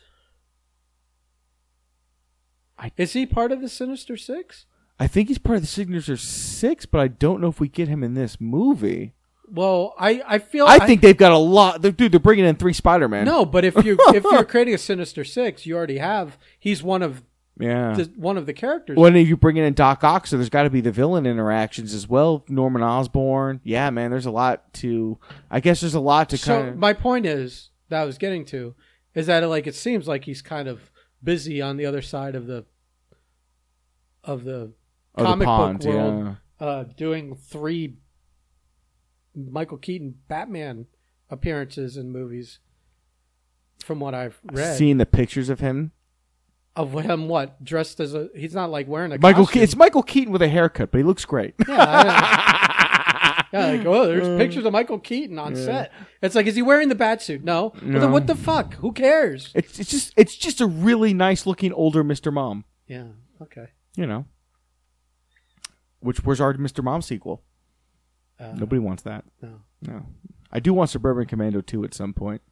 S2: I-
S1: is he part of the Sinister Six?
S2: I think he's part of the Signature Six, but I don't know if we get him in this movie.
S1: Well, I I feel
S2: I think they've got a lot. They're, dude, they're bringing in three Spider Man.
S1: no, but if you if you're creating a Sinister Six, you already have. He's one of
S2: yeah.
S1: the, one of the characters.
S2: When are you bringing in Doc Ock? So there's got to be the villain interactions as well. Norman Osborn. Yeah, man. There's a lot to. I guess there's a lot to
S1: so
S2: kind of.
S1: my point is that I was getting to is that like it seems like he's kind of busy on the other side of the of the
S2: Of Oh, the
S1: comic
S2: pond,
S1: book world, uh, doing three Michael Keaton Batman appearances in movies. From what I've read,
S2: Seeing the pictures of him,
S1: of him what dressed as a he's not like wearing a
S2: Michael. Ke-
S1: costume.
S2: it's Michael Keaton with a haircut, but he looks great.
S1: Yeah, I, yeah, like oh, there's
S2: Mm.
S1: pictures of Michael Keaton on set. It's like, is he wearing the bat suit? No. Well,
S2: No.
S1: then what the fuck? Who cares?
S2: it's, it's just it's just a really nice looking older Mister Mom.
S1: Yeah. Okay.
S2: You know. Which where's our Mister Mom sequel?
S1: Uh,
S2: Nobody wants that.
S1: no.
S2: No. I do want Suburban Commando 2 at some point.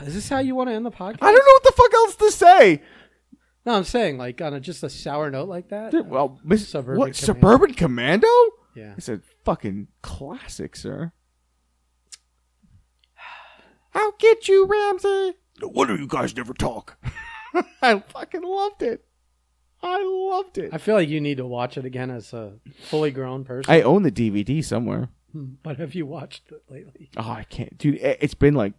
S1: Is this how you want to end the podcast?
S2: I don't know what the fuck else to say.
S1: No, I'm saying like on a, just a sour note like that.
S2: Dude, well, Miss,
S1: Suburban
S2: what?
S1: Commando.
S2: Suburban Commando?
S1: Yeah.
S2: It's a fucking classic, sir. I'll get you, Ramsey. No wonder you guys never talk. I fucking loved it. I loved it.
S1: I feel like you need to watch it again as a fully grown person.
S2: I own the DVD somewhere.
S1: Hmm, but have you watched it lately?
S2: Oh, I can't. Dude, it- it's been like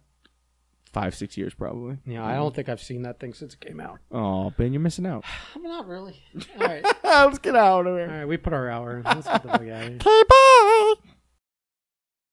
S2: five, six years probably.
S1: Yeah, I don't think I've seen that thing since it came out.
S2: Oh, Ben, you're missing out.
S1: I'm not really. All right.
S2: Let's get out of
S1: All
S2: here.
S1: right, we put our hour in. Let's get the fuck out of here.
S2: Okay, bye.